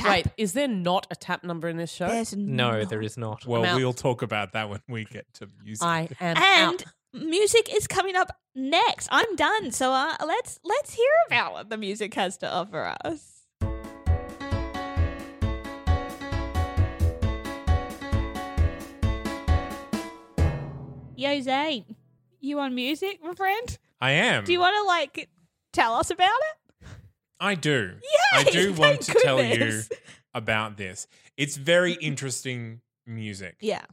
Speaker 3: Wait, is there not a tap number in this show?
Speaker 1: there's
Speaker 2: No,
Speaker 1: not.
Speaker 2: there is not.
Speaker 4: Well,
Speaker 3: I'm out.
Speaker 4: we'll talk about that when we get to music.
Speaker 3: I am
Speaker 1: And
Speaker 3: out.
Speaker 1: music is coming up next. I'm done, so uh, let's let's hear about what the music has to offer us. Yo, Zane, you on music, my friend?
Speaker 4: I am.
Speaker 3: Hmm.
Speaker 1: Do you want to like tell us about it?
Speaker 4: I do.
Speaker 1: Yeah,
Speaker 4: I do want to tell you about this. It's very interesting music.
Speaker 1: Yeah.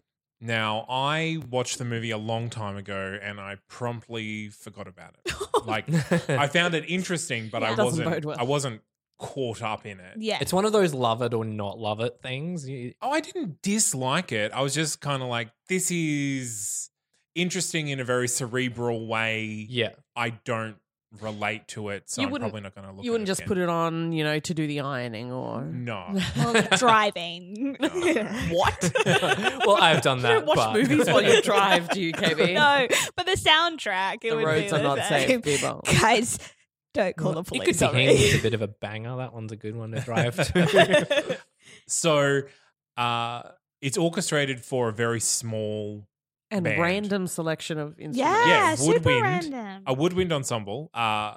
Speaker 4: Now, I watched the movie a long time ago and I promptly forgot about it. Like
Speaker 2: *laughs*
Speaker 4: I found it interesting, but
Speaker 1: Yeah.
Speaker 4: I
Speaker 3: Doesn't
Speaker 4: wasn't
Speaker 3: bode well.
Speaker 4: I wasn't caught up in it.
Speaker 1: Yeah.
Speaker 2: it's one of those love it or not love it things. You-
Speaker 4: Oh, I didn't dislike it. I was just kind of like this is interesting in a very cerebral way.
Speaker 3: *laughs*
Speaker 2: Yeah, *laughs*
Speaker 4: I don't relate to it, so
Speaker 3: You
Speaker 4: I'm
Speaker 3: wouldn't-
Speaker 4: probably not going to look
Speaker 3: You
Speaker 4: at
Speaker 3: wouldn't
Speaker 4: it
Speaker 3: just put it on, you know, to do the ironing or.
Speaker 4: *laughs*
Speaker 3: *laughs*
Speaker 4: No.
Speaker 1: well, driving.
Speaker 3: What?
Speaker 2: Well,
Speaker 1: *laughs*
Speaker 2: I've done
Speaker 3: You don't
Speaker 2: that,
Speaker 3: watch
Speaker 2: but-
Speaker 3: movies while
Speaker 2: *laughs*
Speaker 3: you drive, do you, KB?
Speaker 1: no, but the soundtrack. It
Speaker 3: the
Speaker 1: would
Speaker 3: roads
Speaker 1: be
Speaker 3: are
Speaker 1: the
Speaker 3: not
Speaker 1: same.
Speaker 3: safe, *laughs* people.
Speaker 1: *laughs* Guys, don't call the
Speaker 2: It
Speaker 1: police.
Speaker 2: could be
Speaker 1: sorry.
Speaker 2: handy.
Speaker 1: *laughs*
Speaker 3: *laughs*
Speaker 2: It's a bit of a banger. That one's a good one to drive to. *laughs*
Speaker 4: *laughs* So uh, it's orchestrated for a very small,
Speaker 3: And
Speaker 4: Band.
Speaker 3: random selection of
Speaker 1: yeah,
Speaker 3: instruments.
Speaker 4: Yeah, Oh,
Speaker 1: super
Speaker 4: woodwind.
Speaker 1: random.
Speaker 4: a woodwind ensemble, uh,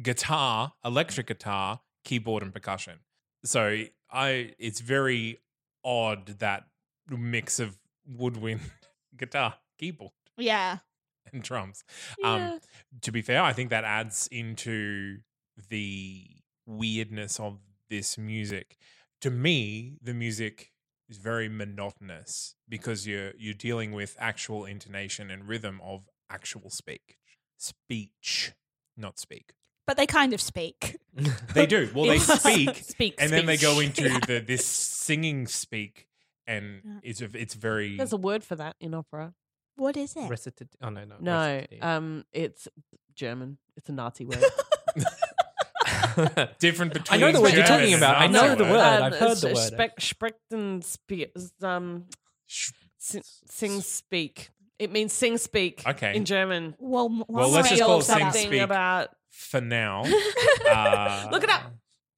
Speaker 4: guitar, electric guitar, keyboard, and percussion. So I, it's very odd that mix of woodwind, *laughs* guitar, keyboard,
Speaker 1: yeah.
Speaker 4: and drums.
Speaker 1: Yeah.
Speaker 4: Um, to be fair, I think that adds into the weirdness of this music. To me, the music is very monotonous because you're you're dealing with actual intonation and rhythm of actual speak speech, not speak.
Speaker 1: But they kind of speak.
Speaker 4: They
Speaker 2: *laughs*
Speaker 4: do well.
Speaker 1: *laughs*
Speaker 4: They
Speaker 1: It's-
Speaker 4: speak,
Speaker 3: Speak.
Speaker 4: and then they go
Speaker 3: speak.
Speaker 4: into the this singing speak, and
Speaker 1: Yeah.
Speaker 4: it's a, it's very
Speaker 3: There's a word for that in opera.
Speaker 1: *laughs* What is it?
Speaker 2: Recitative. Oh no, no.
Speaker 3: No,
Speaker 2: recitative.
Speaker 3: um, it's German. It's a Nazi word. uh,
Speaker 2: *laughs*
Speaker 4: different between.
Speaker 2: I know the word you're
Speaker 4: German
Speaker 2: talking
Speaker 4: and
Speaker 2: about. I know
Speaker 4: Nazi
Speaker 2: the
Speaker 4: word.
Speaker 2: word. I've heard
Speaker 3: Um, it's
Speaker 2: the word.
Speaker 3: Spec- Sprechten speak. Um, sing, sing speak. It means sing speak.
Speaker 4: Okay.
Speaker 3: In German.
Speaker 1: Well, m-
Speaker 4: Well,
Speaker 1: one
Speaker 4: let's
Speaker 1: way
Speaker 4: just
Speaker 3: Say
Speaker 1: or
Speaker 4: call
Speaker 3: or
Speaker 4: it sing
Speaker 1: another.
Speaker 3: something
Speaker 4: speak.
Speaker 3: about.
Speaker 4: for now. Uh,
Speaker 3: Look it up.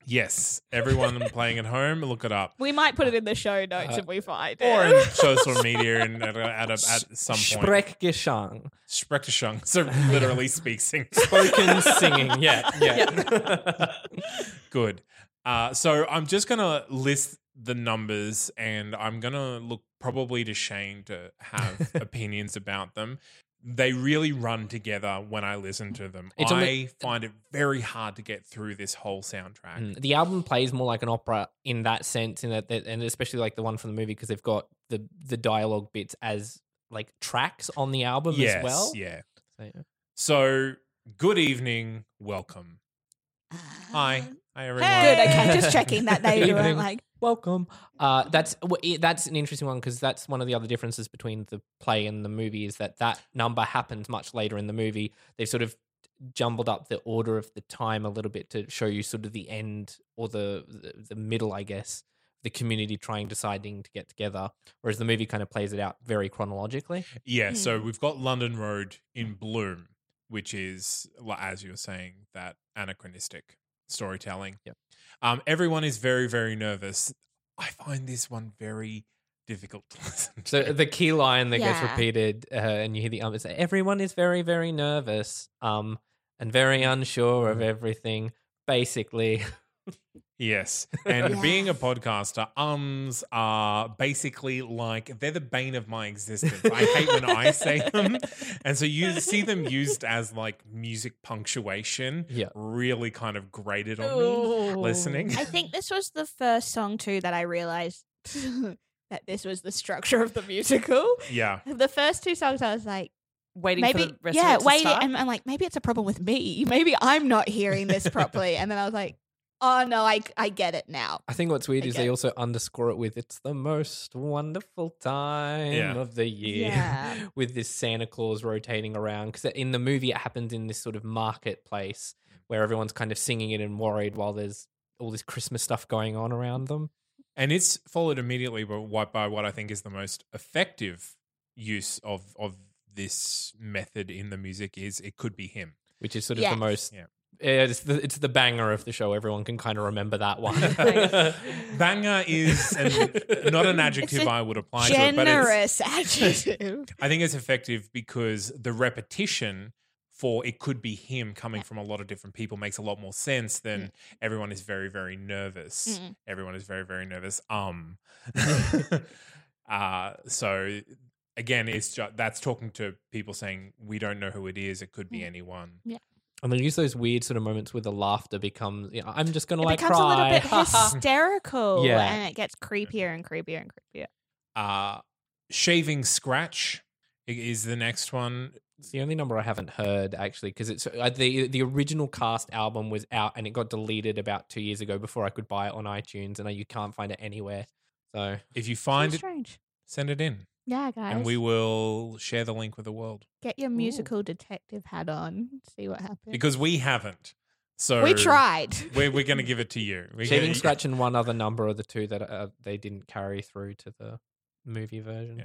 Speaker 4: Yes, everyone playing at home, look it up.
Speaker 1: We might put it in the show notes if we find it.
Speaker 4: Uh, Or
Speaker 1: *laughs*
Speaker 4: in social media and at, a- at, a, at some point.
Speaker 2: Sprechgesang.
Speaker 4: *laughs* Sprechgesang. So literally speak sing. *laughs*
Speaker 2: Spoken singing. Yeah, yeah.
Speaker 4: Good. Uh, so I'm just going to list the numbers and I'm going to look probably to Shane to have opinions about them. They really run together when I listen to them.
Speaker 2: It's
Speaker 4: I
Speaker 2: only-
Speaker 4: find it very hard to get through this whole soundtrack.
Speaker 2: *laughs* Mm. The album plays more like an opera in that sense, in that, that and especially like the one from the movie because they've got the the dialogue bits as like tracks on the album
Speaker 4: Yes.
Speaker 2: as well.
Speaker 4: Yeah.
Speaker 2: So, yeah.
Speaker 4: So, good evening, welcome. Hi, hi everyone.
Speaker 1: Um, Good. Okay, just checking that they weren't
Speaker 2: Evening.
Speaker 1: like
Speaker 2: Welcome. Uh, that's w- i- that's an interesting one because that's one of the other differences between the play and the movie is that that number happens much later in the movie. They've sort of jumbled up the order of the time a little bit to show you sort of the end or the the, the middle, I guess. The community trying deciding to get together, whereas the movie kind of plays it out very chronologically.
Speaker 4: *laughs* Yeah, so
Speaker 1: Hmm.
Speaker 4: we've got London Road in Bloom, which is li- as you were saying that anachronistic storytelling.
Speaker 2: Yep.
Speaker 4: Um, everyone is very very nervous. I find this one very difficult to *laughs* listen to.
Speaker 2: So the key line that gets
Speaker 1: Yeah.
Speaker 2: repeated, uh, and you hear the um, it's everyone is very, very nervous, um, and very unsure of everything. Basically, *laughs*
Speaker 4: yes, and
Speaker 1: Yeah.
Speaker 4: being a podcaster, ums are basically like they're the bane of my existence. *laughs* I hate when
Speaker 1: *laughs*
Speaker 4: I
Speaker 3: *laughs*
Speaker 4: say them, and so you see them used as like music punctuation.
Speaker 2: yeah.
Speaker 4: Really kind of grated on me.
Speaker 3: Ooh.
Speaker 4: listening.
Speaker 1: Oh, I think this was the first song too that I realized *laughs* that this was the structure of the musical.
Speaker 4: *laughs* Yeah.
Speaker 1: The first two songs, I was like,
Speaker 3: Waiting for
Speaker 1: maybe,
Speaker 3: the rest
Speaker 1: yeah,
Speaker 3: of it to
Speaker 1: wait,
Speaker 3: start.
Speaker 1: and I'm like, maybe it's a problem with me. Maybe I'm not hearing this properly. and then I was like, oh no, I I get it now.
Speaker 2: I think what's weird is
Speaker 1: Okay.
Speaker 2: they also underscore it with "It's the most wonderful time
Speaker 4: Yeah.
Speaker 2: of the year"
Speaker 1: Yeah.
Speaker 2: *laughs* with this Santa Claus rotating around because in the movie it happens in this sort of marketplace where everyone's kind of singing it and worried while there's all this Christmas stuff going on around them.
Speaker 4: and it's followed immediately by what, by what I think is the most effective use of of this method in the music is it could be him.
Speaker 2: which is sort of
Speaker 1: Yes.
Speaker 2: the most.
Speaker 4: Yeah.
Speaker 2: It's the it's the banger of the show. Everyone can kind of remember
Speaker 1: *laughs*
Speaker 2: that one.
Speaker 4: *laughs* Banger is an,
Speaker 1: *laughs*
Speaker 4: not an adjective
Speaker 1: a
Speaker 4: I would apply to it, but it's,
Speaker 1: Generous *laughs*
Speaker 4: *laughs*
Speaker 1: adjective.
Speaker 4: I think it's effective because the repetition for it could be him coming from a lot of different people makes a lot more sense than everyone is very very nervous.
Speaker 1: Mm.
Speaker 4: Everyone is very very nervous. Um,
Speaker 1: Mm-hmm.
Speaker 4: *laughs* uh, so again, it's just that's talking to people saying we don't know who it is. It could be
Speaker 1: Mm.
Speaker 4: anyone.
Speaker 2: and they use those weird sort of moments where the laughter becomes. You know, I'm just gonna
Speaker 1: It
Speaker 2: like
Speaker 1: becomes
Speaker 2: cry.
Speaker 1: a
Speaker 4: *laughs*
Speaker 1: little bit
Speaker 2: *laughs*
Speaker 1: hysterical,
Speaker 2: Yeah.
Speaker 1: and it gets creepier and creepier and creepier.
Speaker 4: Uh, shaving scratch i- is the next one.
Speaker 2: It's the only number I haven't heard actually, because it's uh, the the original cast album was out and it got deleted about two years ago before I could buy it on iTunes, and I, you can't find it anywhere. So
Speaker 4: If you find it,
Speaker 1: strange.
Speaker 4: send it in,
Speaker 1: Yeah, guys.
Speaker 4: and we will share the link with the world
Speaker 1: get your musical detective hat on. See what happens.
Speaker 4: because we haven't. So
Speaker 1: we tried.
Speaker 4: We're, we're going to give it to you. We're
Speaker 2: Shaving
Speaker 4: gonna-
Speaker 2: Scratch and one other number are the two that uh, they didn't carry through to the movie version.
Speaker 4: Yeah.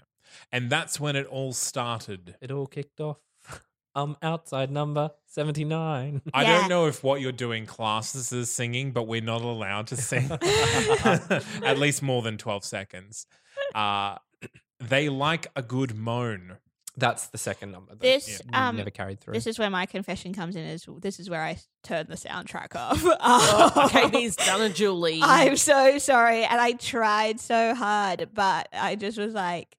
Speaker 4: and that's when it all started.
Speaker 2: It all kicked off. *laughs* Um, outside number seventy nine.
Speaker 4: I
Speaker 1: Yeah.
Speaker 4: don't know if what you're doing classes is singing, but we're not allowed to
Speaker 2: *laughs*
Speaker 4: sing *laughs* at least more than 12 seconds. Uh, they like a good moan.
Speaker 2: That's the second number. That
Speaker 1: This,
Speaker 2: yeah,
Speaker 1: um,
Speaker 2: never carried through.
Speaker 1: This is where my confession comes in. Is this is where I turn the soundtrack off?
Speaker 3: Oh,
Speaker 1: *laughs*
Speaker 3: Katie's done a Julie.
Speaker 1: I'm so sorry, and I tried so hard, but I just was like,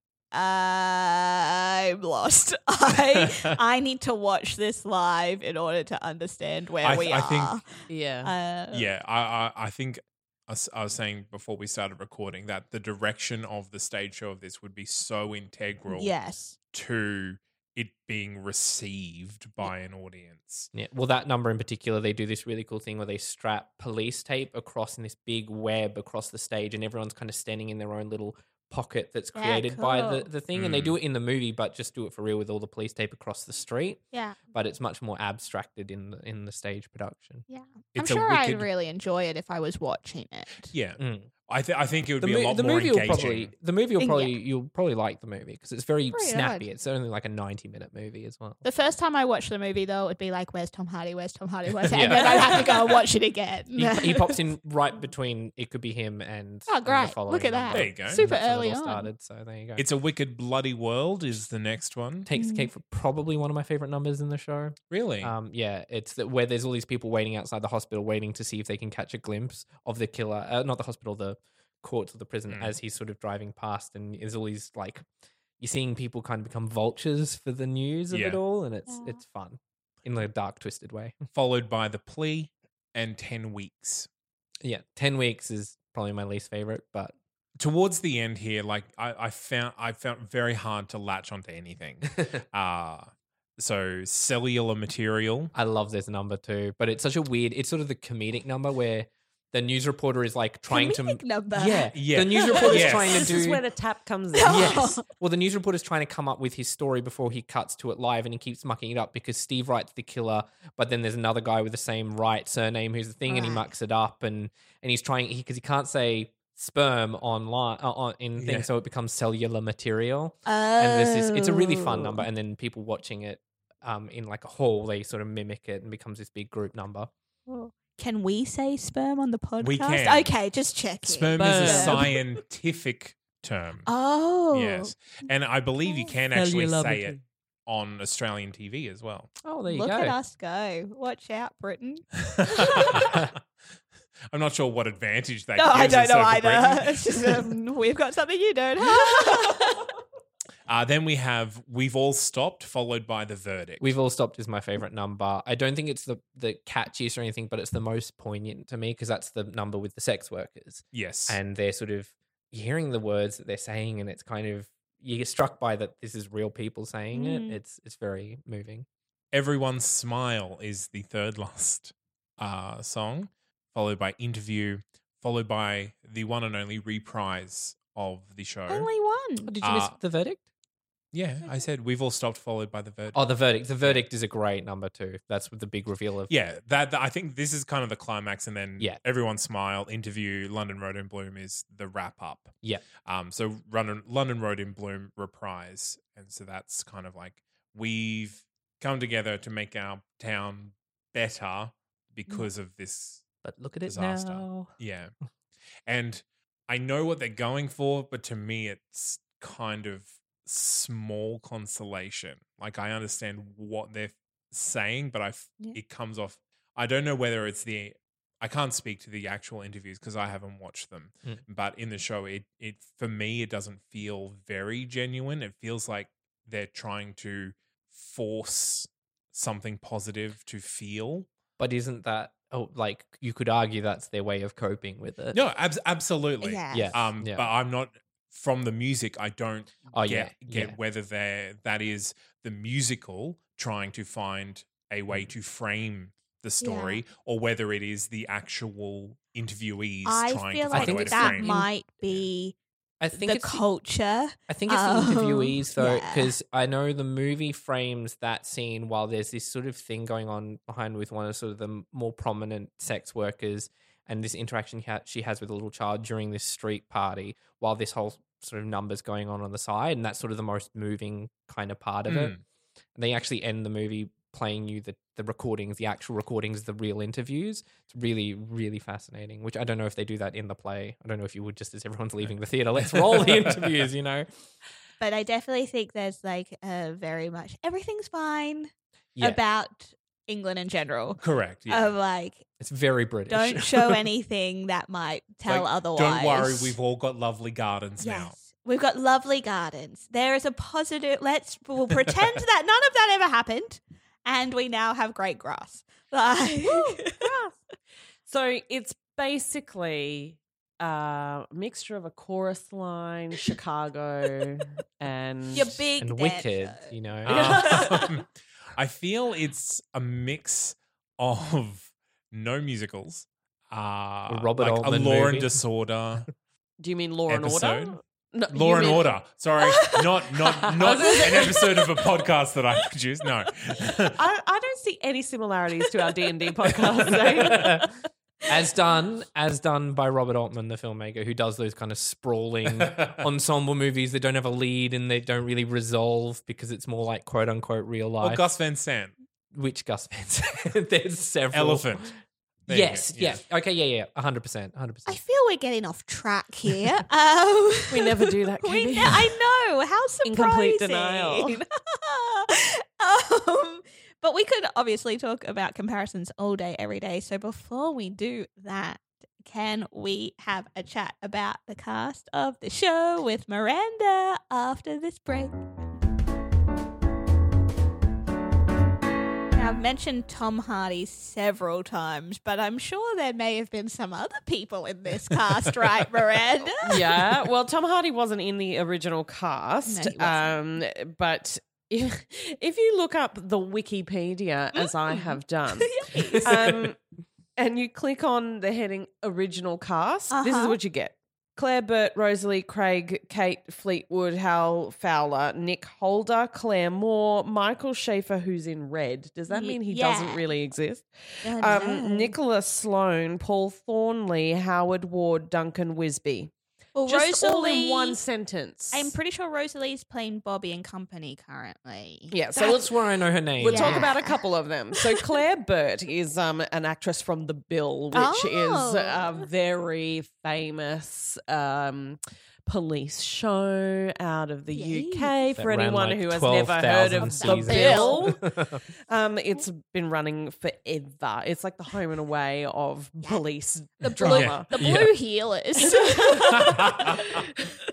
Speaker 1: I'm lost. *laughs* I
Speaker 4: *laughs*
Speaker 1: I need to watch this live in order to understand where
Speaker 4: I-
Speaker 1: we
Speaker 4: I
Speaker 1: are.
Speaker 4: think-
Speaker 3: yeah.
Speaker 1: uh,
Speaker 4: Yeah, I, I, I think I s- I was saying before we started recording that the direction of the stage show of this would be so integral
Speaker 1: Yes.
Speaker 4: to it being received by an audience.
Speaker 2: Yeah. Well, that number in particular, they do this really cool thing where they strap police tape across in this big web across the stage, and everyone's kind of standing in their own little pocket that's
Speaker 1: Yeah,
Speaker 2: created by the,
Speaker 1: cool.
Speaker 2: the thing. And they
Speaker 4: Mm.
Speaker 2: do it in the movie, but just do it for real with all the police tape across the street.
Speaker 1: Yeah.
Speaker 2: But it's much more abstracted in the, in the stage production.
Speaker 4: It's a
Speaker 1: I'm sure I'd
Speaker 4: wicked-
Speaker 1: really enjoy it if I was watching it.
Speaker 4: Yeah,
Speaker 2: Mm.
Speaker 4: I, th- I think it would
Speaker 2: The,
Speaker 4: be
Speaker 2: mo-
Speaker 4: a lot
Speaker 2: the
Speaker 4: more
Speaker 2: movie
Speaker 4: engaging.
Speaker 2: will probably the movie will
Speaker 1: Yeah.
Speaker 2: probably you'll probably like the movie because it's very
Speaker 1: Probably
Speaker 2: snappy.
Speaker 1: would.
Speaker 2: It's only like a ninety minute movie as well.
Speaker 1: The first time I watched the movie, though, it would be like, "Where's Tom Hardy? Where's Tom
Speaker 4: *laughs*
Speaker 1: Hardy? Where's?"
Speaker 2: Yeah.
Speaker 1: And then I'd have to go and watch it again.
Speaker 4: E,
Speaker 2: he,
Speaker 1: *laughs*
Speaker 2: he pops in right between it could be him and
Speaker 1: Oh,
Speaker 2: and the
Speaker 1: great. Look
Speaker 2: following
Speaker 1: at that.
Speaker 2: number.
Speaker 4: There you go.
Speaker 2: And
Speaker 1: Super
Speaker 2: that's how it
Speaker 1: early
Speaker 2: all
Speaker 1: on.
Speaker 2: started so there you go
Speaker 4: It's a wicked bloody world is the next one.
Speaker 2: takes
Speaker 1: Mm-hmm.
Speaker 2: the cake for probably one of my favorite numbers in the show
Speaker 4: Really?
Speaker 2: um yeah it's that where there's all these people waiting outside the hospital waiting to see if they can catch a glimpse of the killer uh, not the hospital the courts or the prison
Speaker 4: Mm.
Speaker 2: as he's sort of driving past and there's all these like you're seeing people kind of become vultures for the news of it
Speaker 4: Yeah.
Speaker 2: all and it's
Speaker 1: Yeah.
Speaker 2: it's fun in a dark twisted way *laughs*
Speaker 4: Followed by the plea and 10 weeks.
Speaker 2: yeah 10 weeks is probably my least favorite *laughs* but
Speaker 4: Towards the end here, like I, I found I found very hard to latch onto
Speaker 2: *laughs*
Speaker 4: anything. uh so cellular material.
Speaker 2: I love this number too, but it's such a weird. It's sort of the comedic number where the news reporter is like trying to.
Speaker 1: Comedic number.
Speaker 2: Yeah,
Speaker 4: *laughs* Yeah.
Speaker 2: The news reporter is
Speaker 4: Yes.
Speaker 2: trying to
Speaker 3: this is
Speaker 2: do.
Speaker 3: where the Oh. tap comes in. *laughs*
Speaker 2: *laughs* yes. Well, the news reporter is trying to come up with his story before he cuts to it live, and he keeps mucking it up because Steve writes the killer, but then there's another guy with the same right surname who's the thing, and he
Speaker 1: Right.
Speaker 2: mucks it up, and and he's trying because he, can't say sperm online uh, on, in things,
Speaker 4: Yeah.
Speaker 2: so it becomes cellular material
Speaker 1: Oh.
Speaker 2: and this is it's a really fun number and then people watching it um in like a hall they sort of mimic it and becomes this big group number
Speaker 1: Cool. Can we say sperm on the podcast?
Speaker 4: We can.
Speaker 1: Okay, just check.
Speaker 4: Sperm
Speaker 2: *laughs*
Speaker 4: is a
Speaker 3: Sperm.
Speaker 4: scientific term.
Speaker 1: Oh.
Speaker 4: Yes. And I believe you
Speaker 2: oh,
Speaker 1: okay.
Speaker 4: can actually say it on Australian TV as well.
Speaker 2: oh there you
Speaker 1: Look
Speaker 2: go
Speaker 1: at us go. Watch out, Britain.
Speaker 4: *laughs* I'm not sure what advantage that
Speaker 1: no, I
Speaker 4: gives
Speaker 1: don't
Speaker 4: us
Speaker 1: know
Speaker 4: over
Speaker 1: either. *laughs*
Speaker 4: Britain.
Speaker 1: It's just, um, we've got something you don't
Speaker 4: *laughs* Uh, then we have We've All Stopped, followed by The Verdict.
Speaker 2: We've all stopped is my favorite number. I don't think it's the the catchiest or anything, but it's the most poignant to me because that's the number with the sex workers,
Speaker 4: Yes.
Speaker 2: and they're sort of you're hearing the words that they're saying, and it's kind of you get struck by that this is real people saying
Speaker 1: Mm.
Speaker 2: it. It's it's very moving.
Speaker 4: *laughs* Everyone's Smile is the third last uh, song, followed by interview, followed by the one and only reprise of the show.
Speaker 1: Only one.
Speaker 2: Oh, did you
Speaker 4: Uh,
Speaker 2: miss the verdict?
Speaker 4: yeah, I said we've all stopped, followed by the verdict.
Speaker 2: Oh, the verdict. The verdict is a great number too. That's what the big reveal of.
Speaker 4: yeah, that, that- I think this is kind of the climax, and then
Speaker 2: Yeah.
Speaker 4: everyone smile. Interview London Road in Bloom is the wrap up.
Speaker 2: Yeah.
Speaker 4: Um. So London London Road in Bloom reprise, and so that's kind of like we've come together to make our town
Speaker 2: Mm.
Speaker 4: better because of this
Speaker 2: But look at it
Speaker 4: Disaster.
Speaker 2: now.
Speaker 4: Yeah. And I know what they're going for, but to me, it's kind of small consolation. Like, I understand what they're saying, but I f-
Speaker 1: Yeah.
Speaker 4: it comes off. I don't know whether it's the. I can't speak to the actual interviews because I haven't watched them.
Speaker 2: Mm.
Speaker 4: But in the show, it it for me it doesn't feel very genuine. It feels like they're trying to force something positive to feel.
Speaker 2: But isn't that oh like you could argue that's their way of coping with it?
Speaker 4: No, abs- absolutely.
Speaker 1: Yeah.
Speaker 2: Yeah.
Speaker 4: Um,
Speaker 2: yeah.
Speaker 4: but I'm not from the music. I don't
Speaker 2: oh
Speaker 4: get
Speaker 2: yeah.
Speaker 4: get
Speaker 2: yeah.
Speaker 4: whether there that is the musical trying to find a way
Speaker 2: Mm.
Speaker 4: to frame the story, or whether it is the actual interviewees
Speaker 1: I
Speaker 4: trying
Speaker 1: feel
Speaker 4: to find
Speaker 1: like
Speaker 4: a way
Speaker 2: think
Speaker 4: to
Speaker 1: that
Speaker 4: frame.
Speaker 1: might be
Speaker 2: I think
Speaker 1: the
Speaker 2: it's
Speaker 1: culture.
Speaker 2: I think it's
Speaker 1: Oh,
Speaker 2: the interviewees though,
Speaker 1: yeah.
Speaker 2: because I know the movie frames that scene while there's this sort of thing going on behind with one of sort of the m- more prominent sex workers and this interaction ha- she has with a little child during this street party while this whole sort of numbers going on on the side and that's sort of the most moving kind of part of it.
Speaker 4: Mm.
Speaker 2: And they actually end the movie playing you the, the recordings, the actual recordings, the real interviews. It's really, really fascinating, which I don't know if they do that in the play. I don't know if you would just as everyone's leaving the theater, let's roll the interviews, you know?
Speaker 1: But I definitely think there's like a very much everything's fine
Speaker 2: Yeah,
Speaker 1: about England in general.
Speaker 4: correct. Yeah.
Speaker 1: Of like,
Speaker 2: it's very British. *laughs*
Speaker 1: don't
Speaker 4: *laughs*
Speaker 1: show anything that might tell
Speaker 4: Like,
Speaker 1: otherwise.
Speaker 4: Don't worry, we've all got lovely gardens now.
Speaker 1: We've got lovely gardens. There is a positive. Let's we'll pretend that none of that ever happened, and we now have great grass. Like, *laughs*
Speaker 3: So it's basically uh, a mixture of a chorus line,
Speaker 2: *laughs*
Speaker 3: Chicago, and
Speaker 1: you're big
Speaker 2: and
Speaker 1: dead
Speaker 2: wicked,
Speaker 1: show.
Speaker 2: you know.
Speaker 1: *laughs*
Speaker 2: *laughs*
Speaker 4: Um, *laughs* I feel it's a mix of no musicals, uh,
Speaker 2: A Robert
Speaker 4: like
Speaker 2: Altman
Speaker 4: a Law
Speaker 2: movie.
Speaker 4: and Disorder,
Speaker 3: Do you mean Law and Order?
Speaker 4: Episode.
Speaker 3: No,
Speaker 4: Law
Speaker 3: you
Speaker 4: and
Speaker 3: mean-
Speaker 4: Order.
Speaker 3: *laughs*
Speaker 4: Sorry, not not
Speaker 3: I
Speaker 4: not
Speaker 3: was gonna say-
Speaker 4: an episode of a podcast that I produced.
Speaker 2: *laughs*
Speaker 4: No,
Speaker 3: I, I don't see any similarities to our D and D podcast.
Speaker 4: *laughs*
Speaker 3: eh?
Speaker 2: as done, as done by Robert Altman, the filmmaker, who does those kind
Speaker 1: *laughs*
Speaker 2: of sprawling ensemble movies that don't have a lead and they don't really resolve because it's more like quote unquote real
Speaker 4: or
Speaker 2: life.
Speaker 4: Gus Van Sant,
Speaker 2: Which Gus Van Sant? *laughs* There's several.
Speaker 4: Elephant. There you go.
Speaker 2: yes. Yeah. Okay. Yeah. Yeah. One hundred percent. One hundred
Speaker 1: I
Speaker 2: percent.
Speaker 1: feel we're getting off track here. Um,
Speaker 3: we never do
Speaker 1: *laughs*
Speaker 3: that.
Speaker 1: we
Speaker 3: Katie.
Speaker 1: ne- I know how surprising.
Speaker 3: Incomplete denial. *laughs*
Speaker 1: *laughs* um, but we could obviously talk about comparisons all day, every day. So before we do that, can we have a chat about the cast of the show with Miranda after this break? Now, I've mentioned Tom Hardy several times, but I'm sure there may have been some other people in this cast,
Speaker 3: *laughs*
Speaker 1: right, Miranda?
Speaker 3: yeah. Well, Tom Hardy wasn't in the original cast,
Speaker 1: No, he wasn't.
Speaker 3: um, but if, if you look up the Wikipedia as
Speaker 1: Mm.
Speaker 3: I
Speaker 1: *laughs*
Speaker 3: have done, um, and you click on the heading original cast, this is
Speaker 1: Uh-huh.
Speaker 3: what you get. Claire Burt, Rosalie Craig, Kate Fleetwood, Hal Fowler, Nick Holder, Claire Moore, Michael Schaefer, who's in red. Does that
Speaker 1: Ye-
Speaker 3: mean he
Speaker 1: yeah.
Speaker 3: doesn't really exist?
Speaker 1: Oh, no.
Speaker 3: Um, Nicola Sloan, Paul Thornley, Howard Ward, Duncan Wisby.
Speaker 1: Well,
Speaker 3: Just all in
Speaker 1: Rosalie-
Speaker 3: one sentence.
Speaker 1: I'm pretty sure Rosalie's playing Bobby and Company currently.
Speaker 3: yeah. So
Speaker 2: So
Speaker 3: let's
Speaker 2: that's where I know her name.
Speaker 3: we'll talk
Speaker 1: Yeah.
Speaker 3: about a couple of them.
Speaker 1: *laughs*
Speaker 3: So Claire Burt is um an actress from The Bill, which is
Speaker 1: Oh.
Speaker 3: a very famous um police show out of the
Speaker 1: Yes.
Speaker 3: UK
Speaker 2: That
Speaker 3: for
Speaker 2: ran
Speaker 3: anyone
Speaker 2: like
Speaker 3: who has never heard of
Speaker 2: 12,000
Speaker 3: The
Speaker 1: seasons.
Speaker 3: Bill.
Speaker 1: *laughs*
Speaker 3: Um, it's been running forever. It's like the home and away of police
Speaker 1: The blue,
Speaker 3: drama.
Speaker 1: the blue
Speaker 2: Yeah.
Speaker 3: *laughs*
Speaker 1: heelers.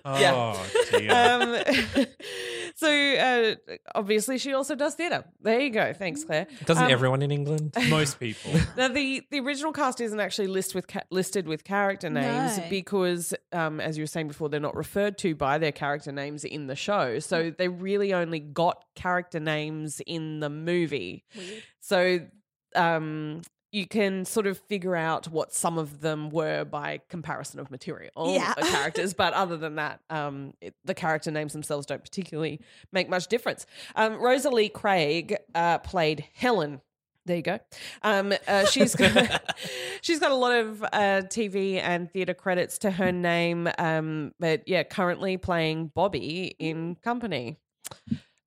Speaker 4: Oh dear.
Speaker 3: um, *laughs* so uh, obviously she also does theatre. There you go. Thanks, Claire.
Speaker 2: Doesn't
Speaker 3: Um,
Speaker 2: everyone in England?
Speaker 4: Most
Speaker 3: *laughs*
Speaker 4: people.
Speaker 3: Now the the original cast isn't actually list with ca- listed with character names
Speaker 1: No.
Speaker 3: because, um, as you were saying before, they're not referred to by their character names in the show. So
Speaker 1: Mm.
Speaker 3: they really only got character names in the movie. So um, you can sort of figure out what some of them were by comparison of material
Speaker 1: Yeah. *laughs*
Speaker 3: or characters. But other than that, um, it, the character names themselves don't particularly make much difference. Um, Rosalie Craig uh, played Helen. There you go. Um, uh, she's got, *laughs* she's got a lot of uh, TV and theatre credits to her name, um, but yeah, currently playing Bobby in Company.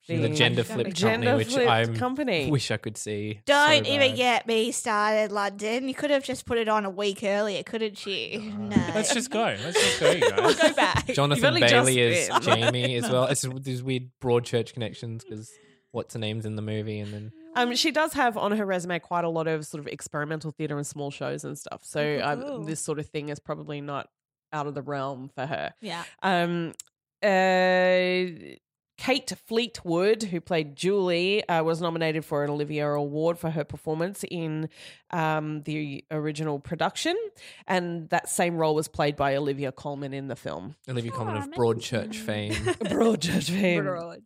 Speaker 2: The gender flip company,
Speaker 3: Gender
Speaker 2: which
Speaker 3: flipped
Speaker 2: I
Speaker 3: company.
Speaker 2: *laughs* wish I could see.
Speaker 1: *laughs* Don't
Speaker 2: so
Speaker 1: even
Speaker 2: bad.
Speaker 1: get me started, London. You could have just put it on a week earlier, couldn't you? No.
Speaker 4: *laughs* Let's just go. Let's just
Speaker 3: *laughs*
Speaker 4: go, you guys.
Speaker 1: go back.
Speaker 2: Jonathan
Speaker 3: only just
Speaker 2: Bailey is
Speaker 3: been. *laughs*
Speaker 2: Jamie as well. It's these weird Broadchurch connections because what's her name's in the movie, and then
Speaker 3: Um, she does have on her resume quite a lot of sort of experimental theatre and small shows and stuff. So
Speaker 2: Oh,
Speaker 1: Ooh.
Speaker 3: um, this sort of thing is probably not out of the realm for her.
Speaker 1: yeah.
Speaker 3: Um, uh, Kate Fleetwood, who played Julie, uh, was nominated for an Olivia Award for her performance in um, the original production, and that same role was played by Olivia Colman in the film. *laughs*
Speaker 2: Olivia Colman of
Speaker 1: amazing.
Speaker 2: Broadchurch fame.
Speaker 3: Broadchurch fame.
Speaker 1: Broad.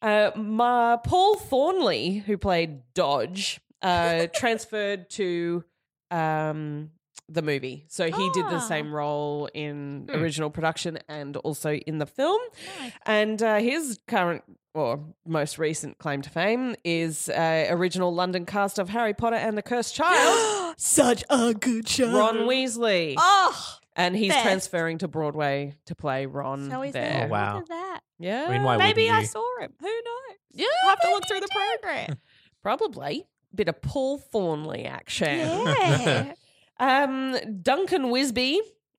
Speaker 3: Uh, Ma, Paul Thornley, who played Dodge,
Speaker 1: *laughs*
Speaker 3: uh, transferred to um, the movie. So he did
Speaker 1: Ah. Hmm.
Speaker 3: the same role in original production and also in the film.
Speaker 1: Nice.
Speaker 3: And uh, his current or most recent claim to fame is uh, original London cast of Harry Potter and the Cursed Child,
Speaker 1: *gasps* Such a good show.
Speaker 3: Ron Weasley.
Speaker 1: Oh,
Speaker 3: and he's
Speaker 1: best.
Speaker 3: transferring to Broadway to play Ron
Speaker 1: so he's
Speaker 3: there.
Speaker 1: there.
Speaker 2: Oh, wow.
Speaker 1: Look at that.
Speaker 3: Yeah.
Speaker 2: I mean, why
Speaker 1: Maybe
Speaker 2: wouldn't
Speaker 1: I
Speaker 2: you?
Speaker 1: saw him. Who knows?
Speaker 3: Yeah,
Speaker 1: I'll have to
Speaker 3: maybe
Speaker 1: look through the program.
Speaker 3: Probably. Bit of Paul Thornley action.
Speaker 1: Yeah.
Speaker 3: Um, Duncan Wisby.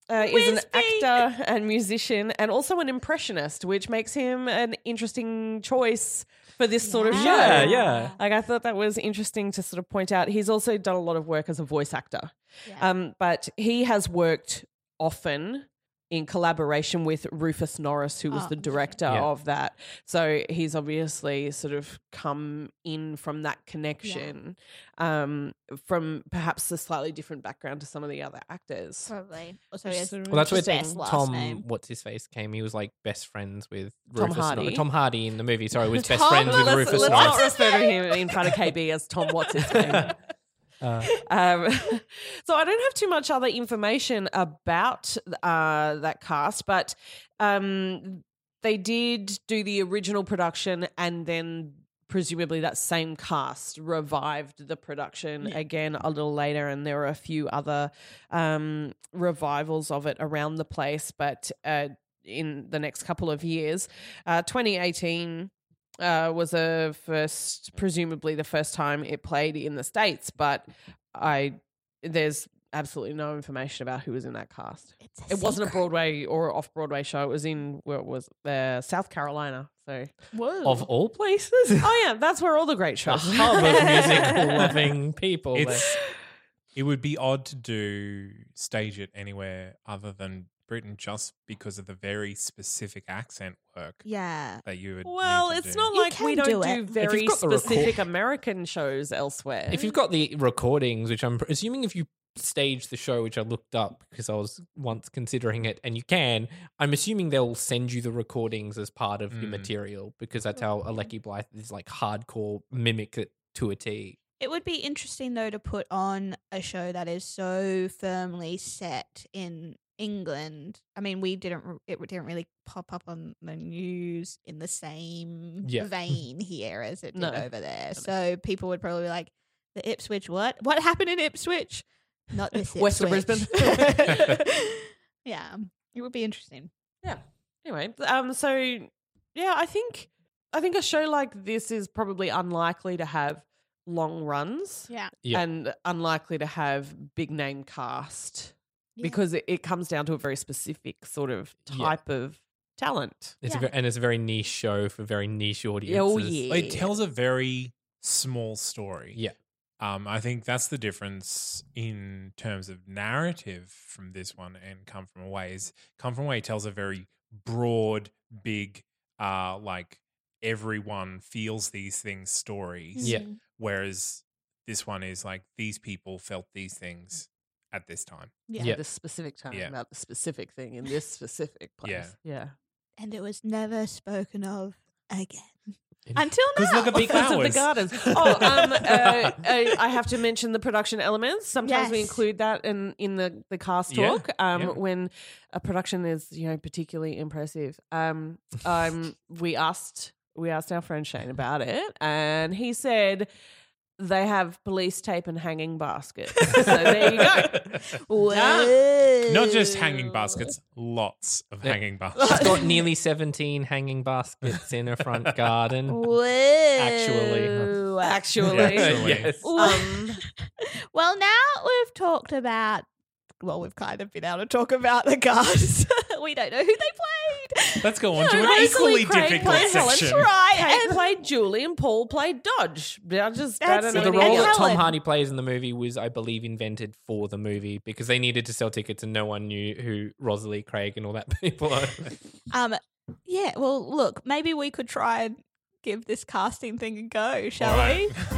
Speaker 3: Uh, is an
Speaker 1: Wisby.
Speaker 3: actor and musician and also an impressionist, which makes him an interesting choice for this sort of show.
Speaker 2: Yeah, yeah.
Speaker 3: Like, I thought that was interesting to sort of point out. He's also done a lot of work as a voice actor,
Speaker 1: Yeah.
Speaker 3: um, but he has worked often in collaboration with Rufus Norris, who was
Speaker 1: Oh,
Speaker 3: the director
Speaker 2: Yeah.
Speaker 3: of that. So he's obviously sort of come in from that connection, um, from perhaps a slightly different background to some of the other actors.
Speaker 1: Probably. Also,
Speaker 3: Which
Speaker 1: he has
Speaker 3: is sort of
Speaker 2: Well, that's where
Speaker 1: his best last
Speaker 2: Tom,
Speaker 1: name.
Speaker 2: what's his face, came. He was like best friends with
Speaker 3: Tom
Speaker 2: Rufus Nor-
Speaker 3: Hardy.
Speaker 2: Tom Hardy in the movie.
Speaker 3: *laughs*
Speaker 2: Sorry, was best
Speaker 3: Tom,
Speaker 2: friends with
Speaker 3: let's,
Speaker 2: Rufus
Speaker 3: let's
Speaker 2: Norris.
Speaker 3: not refer to him in front of KB as Tom Watts.
Speaker 2: *laughs*
Speaker 3: His name.
Speaker 2: Uh,
Speaker 3: Um, *laughs* so I don't have too much other information about uh, that cast, but um, they did do the original production and then presumably that same cast revived the production again a little later and there are a few other um, revivals of it around the place but uh, in the next couple of years uh, 2018 uh, was a first, presumably the first time it played in the states, but I there's absolutely no information about who was in that cast.
Speaker 1: It's a
Speaker 3: It wasn't a
Speaker 1: secret.
Speaker 3: Broadway or off Broadway show. It was in where it was uh, South Carolina. So
Speaker 2: of all places,
Speaker 3: *laughs* oh yeah, that's where all the great
Speaker 2: a
Speaker 3: shows. *laughs*
Speaker 2: hub of music-loving people.
Speaker 4: It's it would be odd to do stage it anywhere other than Britain just because of the very specific accent work
Speaker 1: Yeah.
Speaker 4: that you would. need
Speaker 3: Well,
Speaker 4: to
Speaker 3: it's
Speaker 4: do.
Speaker 3: not
Speaker 1: You
Speaker 3: like
Speaker 1: can
Speaker 3: we don't do
Speaker 1: do it. If you've
Speaker 3: very
Speaker 2: got the record-
Speaker 3: specific American shows elsewhere.
Speaker 2: If you've got the recordings, which I'm assuming if you stage the show, which I looked up because I was once considering it, and you can, I'm assuming they'll send you the recordings as part of your
Speaker 4: Mm.
Speaker 2: material because that's how Alecky Blythe is like hardcore mimic it to a T.
Speaker 1: It would be interesting though to put on a show that is so firmly set in England. I mean, we didn't r- it didn't really pop up on the news in the same
Speaker 2: Yeah.
Speaker 1: vein here as it did
Speaker 3: No.
Speaker 1: over there. So people would probably be like, "The Ipswich what? What happened in Ipswich? Not this
Speaker 3: West of
Speaker 1: Ipswich."
Speaker 3: Brisbane.
Speaker 1: *laughs* yeah, it would be interesting.
Speaker 3: anyway um so yeah i think i think a show like this is probably unlikely to have long runs
Speaker 1: Yeah.
Speaker 2: Yeah.
Speaker 3: and unlikely to have big name cast
Speaker 1: Yeah.
Speaker 3: because it, it comes down to a very specific sort of
Speaker 2: Yeah.
Speaker 3: type of talent
Speaker 2: It's a
Speaker 1: Yeah.
Speaker 2: ve- and it's a very niche show for very niche audiences.
Speaker 3: oh yeah
Speaker 4: It tells a very small story.
Speaker 2: Yeah.
Speaker 4: Um, I think that's the difference in terms of narrative from this one and Come From Away is Come From Away tells a very broad, big, uh, like everyone feels these things stories.
Speaker 2: Yeah.
Speaker 1: Mhm.
Speaker 4: Whereas this one is like these people felt these things at this time.
Speaker 1: yeah,
Speaker 2: Yeah.
Speaker 3: this specific time
Speaker 4: Yeah.
Speaker 3: about the specific thing in this specific place
Speaker 4: Yeah.
Speaker 3: yeah
Speaker 1: and it was never spoken of again. Until now.
Speaker 4: 'Cause look at the
Speaker 3: Because of the
Speaker 4: flowers.
Speaker 3: gardens. Oh, um, uh, uh, I have to mention the production elements. Sometimes we
Speaker 1: Yes.
Speaker 3: include that in, in the, the cast
Speaker 4: Yeah,
Speaker 3: talk um,
Speaker 4: yeah.
Speaker 3: when a production is you know particularly impressive. Um, um, we asked we asked our friend Shane about it, and he said they have police tape and hanging baskets. so there you
Speaker 1: *laughs*
Speaker 3: go.
Speaker 4: Not just hanging baskets, *laughs* lots of
Speaker 2: Yeah.
Speaker 4: hanging
Speaker 2: She's
Speaker 4: baskets.
Speaker 2: got nearly 17 hanging baskets in her front garden.
Speaker 1: Whoa.
Speaker 2: Actually.
Speaker 3: Actually.
Speaker 4: Yeah.
Speaker 2: *laughs* yes.
Speaker 3: Um,
Speaker 1: well, now we've talked about. Well, we've kind of been able to talk about the guards. *laughs* we don't know who they played.
Speaker 4: Let's go on
Speaker 1: No,
Speaker 4: to an
Speaker 1: Rosalie
Speaker 4: equally
Speaker 3: Craig
Speaker 4: difficult
Speaker 3: plays
Speaker 1: Played Helen
Speaker 4: section.
Speaker 1: Fry
Speaker 3: Kate
Speaker 1: and-
Speaker 3: played Julie and Paul played Dodge. I just
Speaker 1: That's
Speaker 3: I don't
Speaker 2: So
Speaker 3: know
Speaker 2: the
Speaker 3: anything
Speaker 2: role
Speaker 3: else.
Speaker 2: that Tom
Speaker 1: Helen.
Speaker 2: Hardy plays in the movie was, I believe, invented for the movie because they needed to sell tickets and no one knew who Rosalie Craig and all that *laughs* people are.
Speaker 1: Um, yeah. Well, look, maybe we could try and give this casting thing a go, shall
Speaker 4: All right.
Speaker 1: we?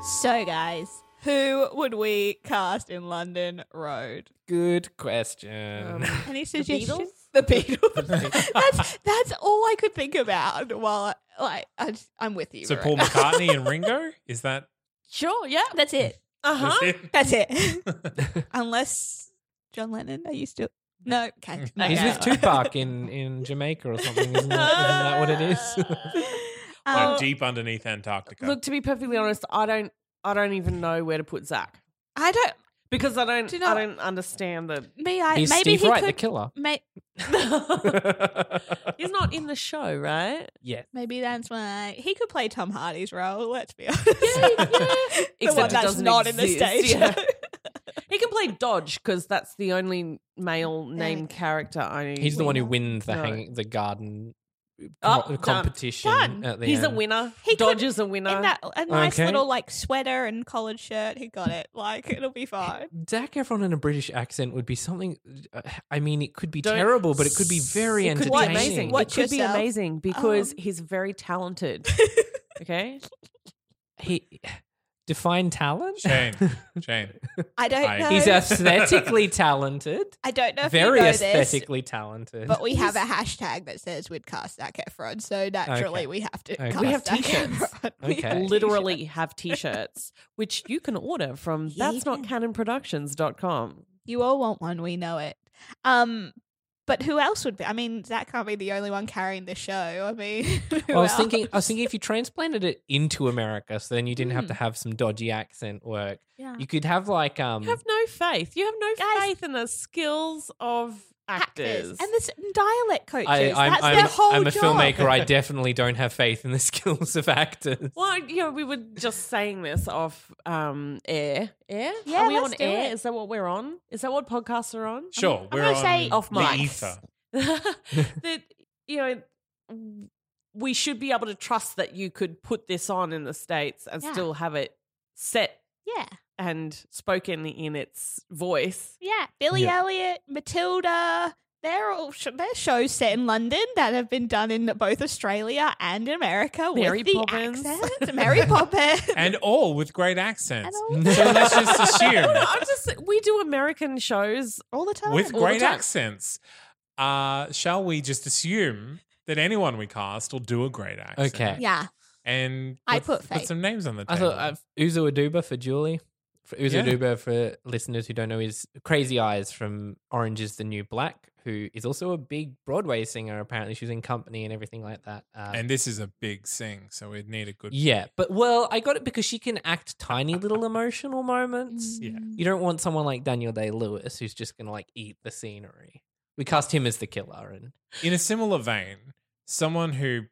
Speaker 1: So, guys, who would we cast in London Road?
Speaker 2: Good question.
Speaker 3: Um,
Speaker 1: Any
Speaker 3: The
Speaker 1: suggestions?
Speaker 3: Beatles?
Speaker 1: The Beatles. *laughs* that's that's all I could think about. While I, like I just, I'm with you.
Speaker 4: So
Speaker 1: right? *laughs*
Speaker 4: Paul McCartney and Ringo? Is that
Speaker 1: Sure. Yeah. That's it.
Speaker 3: Uh-huh.
Speaker 4: is it? *laughs*
Speaker 1: That's it. *laughs* Unless John Lennon, are you still? No.
Speaker 3: Mm.
Speaker 1: Okay.
Speaker 4: He's
Speaker 2: *laughs* He's
Speaker 1: Okay.
Speaker 2: with
Speaker 1: *laughs*
Speaker 2: Tupac in, in Jamaica or something. Isn't that, isn't that *laughs* what it
Speaker 3: Uh,
Speaker 2: is?
Speaker 4: Like
Speaker 1: Um,
Speaker 4: deep underneath Antarctica.
Speaker 3: Look, to be perfectly honest, I don't I don't even know where to put Zach.
Speaker 1: I don't.
Speaker 3: Because I don't
Speaker 1: Do you
Speaker 3: I
Speaker 1: know-
Speaker 3: don't understand the
Speaker 1: Me, I
Speaker 2: He's
Speaker 1: maybe
Speaker 2: Steve
Speaker 1: he
Speaker 2: Wright, the
Speaker 1: could.
Speaker 3: *laughs*
Speaker 2: killer.
Speaker 1: may,
Speaker 3: He's not in the show, right?
Speaker 2: yeah.
Speaker 1: maybe that's why he could play Tom Hardy's role. Let's be honest.
Speaker 2: yeah.
Speaker 1: *laughs* the one
Speaker 3: it
Speaker 1: that's
Speaker 3: doesn't
Speaker 1: not in the
Speaker 3: exist,
Speaker 1: stage. *laughs*
Speaker 3: yeah. He can play Dodge because that's the only male named character I
Speaker 2: He's the one who wins the
Speaker 3: No.
Speaker 2: hang- the garden
Speaker 3: Oh,
Speaker 2: co-
Speaker 3: done.
Speaker 2: competition.
Speaker 1: Done.
Speaker 2: At the
Speaker 3: He's a
Speaker 2: end.
Speaker 3: winner.
Speaker 1: He
Speaker 3: Dodge
Speaker 1: could-
Speaker 3: is a winner.
Speaker 1: In that a nice
Speaker 2: Okay.
Speaker 1: little like sweater and collared shirt, he got it. Like it'll be fine.
Speaker 2: Zac Efron in a British accent would be something. uh, I mean, it could be
Speaker 3: Don't-
Speaker 2: terrible, but it could be very
Speaker 3: it could be
Speaker 2: entertaining.
Speaker 3: amazing.
Speaker 1: What-
Speaker 3: it could be
Speaker 1: yourself.
Speaker 3: amazing because
Speaker 1: Um.
Speaker 3: he's very *laughs* talented. Okay?
Speaker 2: He define
Speaker 1: *laughs*
Speaker 2: talent.
Speaker 4: Shane. Shane.
Speaker 1: I don't
Speaker 4: I-
Speaker 1: know. *laughs*
Speaker 2: He's aesthetically talented.
Speaker 1: I don't know if
Speaker 2: Very
Speaker 1: you know this,
Speaker 2: aesthetically talented.
Speaker 1: but
Speaker 2: *laughs*
Speaker 1: we have a hashtag that says we'd cast Zac Efron, so naturally
Speaker 2: Okay.
Speaker 1: we have to.
Speaker 2: Okay.
Speaker 1: Cast
Speaker 2: We
Speaker 3: have
Speaker 1: Zac
Speaker 3: t-shirts.
Speaker 1: Efron. *laughs* We
Speaker 2: Okay.
Speaker 1: have
Speaker 3: Literally have t-shirts which you can order from
Speaker 1: Yeah.
Speaker 3: that's not canonproductions.com.
Speaker 1: You all want one, we know it. Um, but who else would be? I mean, Zach can't be the only one carrying the show. I mean, *laughs* who
Speaker 2: Well, I was
Speaker 1: else?
Speaker 2: thinking. I was thinking if you transplanted it into America, so then you didn't have to have some dodgy accent work.
Speaker 1: Hmm. Yeah.
Speaker 2: You could have like um.
Speaker 3: You have no faith. You have no
Speaker 1: Guys-
Speaker 3: faith in the skills of actors.
Speaker 1: and the s- dialect coaches.
Speaker 2: I, I'm,
Speaker 1: That's
Speaker 2: I'm,
Speaker 1: their whole
Speaker 2: I'm a
Speaker 1: job.
Speaker 4: *laughs*
Speaker 2: filmmaker. I definitely don't have faith in the *laughs* skills of actors.
Speaker 3: well, you know, we were just saying this off um, air. Air?
Speaker 1: Yeah,
Speaker 3: are we
Speaker 1: let's
Speaker 3: on
Speaker 1: do
Speaker 3: air?
Speaker 1: it.
Speaker 3: Is that what we're on? Is that what podcasts are on? *laughs*
Speaker 4: Sure.
Speaker 1: I'm
Speaker 4: we're
Speaker 1: gonna
Speaker 4: on
Speaker 1: say-
Speaker 3: Off
Speaker 4: the
Speaker 3: mics.
Speaker 2: *laughs*
Speaker 4: ether.
Speaker 3: that you know we should be able to trust that you could put this on in the states and
Speaker 1: Yeah.
Speaker 3: still have it set
Speaker 1: *laughs* Yeah,
Speaker 3: and spoken in its voice.
Speaker 1: yeah. Billy
Speaker 2: Yeah.
Speaker 1: Elliot, Matilda. They're all sh- they're shows set in London that have been done in both Australia and America
Speaker 3: Mary
Speaker 1: with the
Speaker 3: Poppins.
Speaker 1: accents. *laughs* Mary Poppins.
Speaker 4: And all with great accents.
Speaker 1: And
Speaker 4: So let's
Speaker 3: *laughs*
Speaker 4: just
Speaker 1: *laughs*
Speaker 4: assume
Speaker 3: I'm just we do American shows.
Speaker 1: all the time.
Speaker 4: with
Speaker 3: All the
Speaker 4: great
Speaker 3: time.
Speaker 4: accents. Uh, shall we just assume that anyone we cast will do a great accent?
Speaker 2: Okay.
Speaker 1: yeah,
Speaker 4: And
Speaker 1: I
Speaker 4: let's
Speaker 1: put faith.
Speaker 4: some names on the
Speaker 2: I
Speaker 4: table.
Speaker 2: thought uh, Uzo Aduba for Julie. For Uzo
Speaker 4: Yeah.
Speaker 2: Aduba, for listeners who don't know, is Crazy Eyes from Orange is the New Black, who is also a big Broadway singer. Apparently, she was in Company and everything like that. Uh,
Speaker 4: and this is a big sing, so we'd need a good.
Speaker 2: yeah, but well, I got it because she can act tiny little emotional moments.
Speaker 1: Mm.
Speaker 4: Yeah.
Speaker 2: You don't want someone like Daniel Day Lewis who's just going to like eat the scenery. We cast him as the killer, and
Speaker 4: In a similar vein, someone who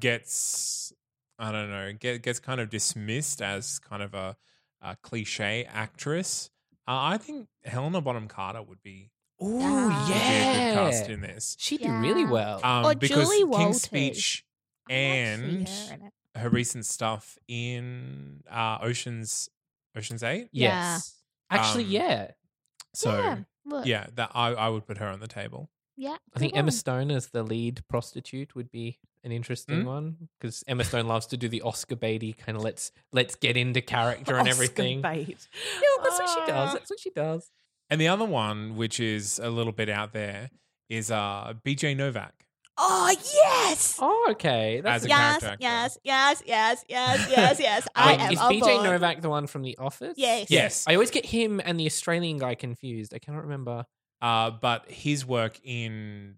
Speaker 4: gets, I don't know, get, gets kind of dismissed as kind of a, a cliche actress. Uh, I think Helena Bonham Carter would be
Speaker 2: oh
Speaker 1: Yeah.
Speaker 4: would
Speaker 2: yeah,
Speaker 4: be a good cast in this.
Speaker 2: she'd
Speaker 1: Ah. Yeah.
Speaker 2: do really well.
Speaker 4: Um,
Speaker 1: Or
Speaker 4: because
Speaker 1: Julie Walters.
Speaker 4: King's Speech
Speaker 1: I might see
Speaker 4: and
Speaker 1: her in it.
Speaker 4: her recent stuff in uh, Oceans Oceans Eight.
Speaker 1: yeah.
Speaker 2: yes, actually,
Speaker 4: Um,
Speaker 2: yeah.
Speaker 4: So
Speaker 1: yeah,
Speaker 4: yeah,
Speaker 1: look.
Speaker 4: that I, I would put her on the table.
Speaker 1: Yeah.
Speaker 2: I think
Speaker 1: good
Speaker 2: Emma
Speaker 1: one.
Speaker 2: Stone as the lead prostitute would be an interesting one because Emma Stone loves to do the Oscar Beatty kind of let's let's get into character and
Speaker 3: Oscar
Speaker 2: everything.
Speaker 3: bait.
Speaker 2: Yeah, that's what she does.
Speaker 3: Ah.
Speaker 2: That's what she does.
Speaker 4: And the other one, which is a little bit out there, is uh, BJ Novak.
Speaker 1: Oh yes.
Speaker 2: Oh, okay. That's
Speaker 4: As a
Speaker 2: a-
Speaker 1: yes,
Speaker 4: character actor.
Speaker 1: yes, yes, yes, yes, *laughs* yes, yes. I
Speaker 2: Wait,
Speaker 1: am
Speaker 2: is
Speaker 1: on
Speaker 2: BJ
Speaker 1: board.
Speaker 2: Novak the one from The Office?
Speaker 1: Yes.
Speaker 4: Yes.
Speaker 2: I always get him and the Australian guy confused. I cannot remember.
Speaker 4: Uh, but his work in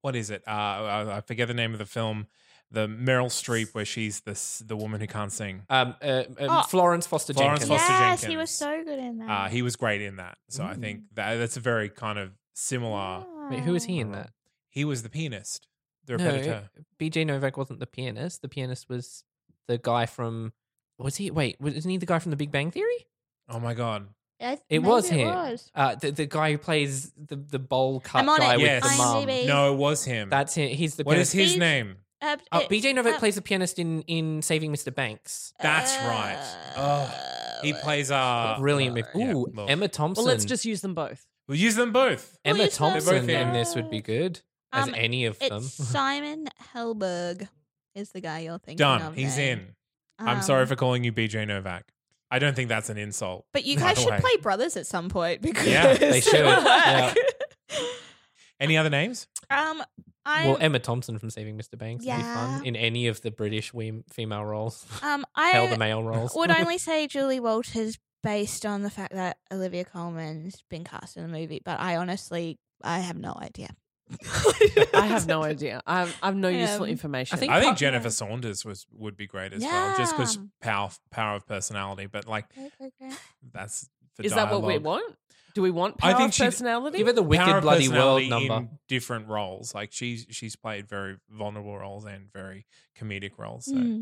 Speaker 4: what is it? Uh, I, I forget the name of the film. The Meryl Streep, where she's the s- the woman who can't sing.
Speaker 2: Um, uh, um,
Speaker 1: Oh.
Speaker 2: Florence Foster
Speaker 4: Florence
Speaker 2: Jenkins.
Speaker 4: Foster
Speaker 1: yes, he
Speaker 4: Jenkins.
Speaker 1: was so good in that.
Speaker 4: Uh, he was great in that. So I think that that's a very kind of similar.
Speaker 1: Mm.
Speaker 2: Wait, who is he in that?
Speaker 4: He was the pianist, the
Speaker 2: No.
Speaker 4: repetiteur.
Speaker 2: BJ Novak wasn't the pianist. The pianist was the guy from. Was he? Wait, was- isn't he the guy from The Big Bang Theory?
Speaker 4: Oh my god!
Speaker 1: I th-
Speaker 2: It
Speaker 1: maybe
Speaker 2: was him.
Speaker 1: was.
Speaker 2: Uh, the the guy who plays the the bowl cut
Speaker 1: I'm on
Speaker 2: guy
Speaker 1: it.
Speaker 2: with
Speaker 4: Yes.
Speaker 2: the mum.
Speaker 1: IMDb.
Speaker 4: No, it was him.
Speaker 2: That's him. He's the
Speaker 4: what is
Speaker 2: pianist.
Speaker 4: his
Speaker 1: He's-
Speaker 4: name?
Speaker 1: Uh,
Speaker 2: Oh,
Speaker 1: it-
Speaker 2: BJ Novak
Speaker 1: uh,
Speaker 2: plays the pianist in in Saving Mr. Banks.
Speaker 4: That's right. Oh, he plays. Uh,
Speaker 2: Brilliant
Speaker 4: uh,
Speaker 2: movie.
Speaker 4: yeah,
Speaker 2: Ooh,
Speaker 4: look.
Speaker 2: Emma Thompson.
Speaker 3: Well, let's just use them both.
Speaker 4: We'll use them both.
Speaker 2: Emma
Speaker 1: Please, Mum.
Speaker 2: Thompson
Speaker 4: They're both
Speaker 2: in
Speaker 4: in.
Speaker 2: this would be good as
Speaker 1: Um,
Speaker 2: any
Speaker 1: *laughs*
Speaker 2: of them.
Speaker 1: It's Simon Helberg is the guy you're thinking
Speaker 4: Done.
Speaker 1: of.
Speaker 4: He's
Speaker 1: there.
Speaker 4: in. I'm sorry
Speaker 1: Um,
Speaker 4: for calling you BJ Novak. I don't think that's an insult.
Speaker 1: But *laughs* you
Speaker 4: by
Speaker 1: guys
Speaker 4: the
Speaker 1: should
Speaker 4: way.
Speaker 1: play brothers at some point because *laughs*
Speaker 4: Yeah,
Speaker 2: they should. Yeah.
Speaker 4: Any other names?
Speaker 1: Um, I
Speaker 2: *laughs* Well, Emma Thompson from Saving Mr. Banks would be fun
Speaker 1: Yeah.
Speaker 2: in any of the British we- female roles. *laughs*
Speaker 1: um
Speaker 2: Hell, the
Speaker 1: I
Speaker 2: male roles.
Speaker 1: would
Speaker 2: *laughs*
Speaker 1: only say Julie Walters based on the fact that Olivia Coleman's been cast in the movie, but I honestly I have no idea.
Speaker 3: *laughs* I
Speaker 1: *laughs*
Speaker 4: *laughs*
Speaker 3: have no idea. I have, I have no useful
Speaker 1: Um,
Speaker 3: information.
Speaker 2: think-
Speaker 4: I think
Speaker 2: Pop-
Speaker 4: Jennifer Saunders was would be great as well, just because
Speaker 1: Yeah.
Speaker 4: power power of personality. But like that's for
Speaker 3: is that what we
Speaker 4: dialogue.
Speaker 3: want? Do we want
Speaker 4: I
Speaker 3: power
Speaker 4: think
Speaker 3: of
Speaker 4: she-
Speaker 3: personality?
Speaker 2: Give her the
Speaker 4: Power
Speaker 2: wicked
Speaker 4: of
Speaker 2: bloody world
Speaker 4: personality
Speaker 2: number.
Speaker 4: in different roles. Like she's she's played very vulnerable roles and very comedic roles. So
Speaker 1: Hmm.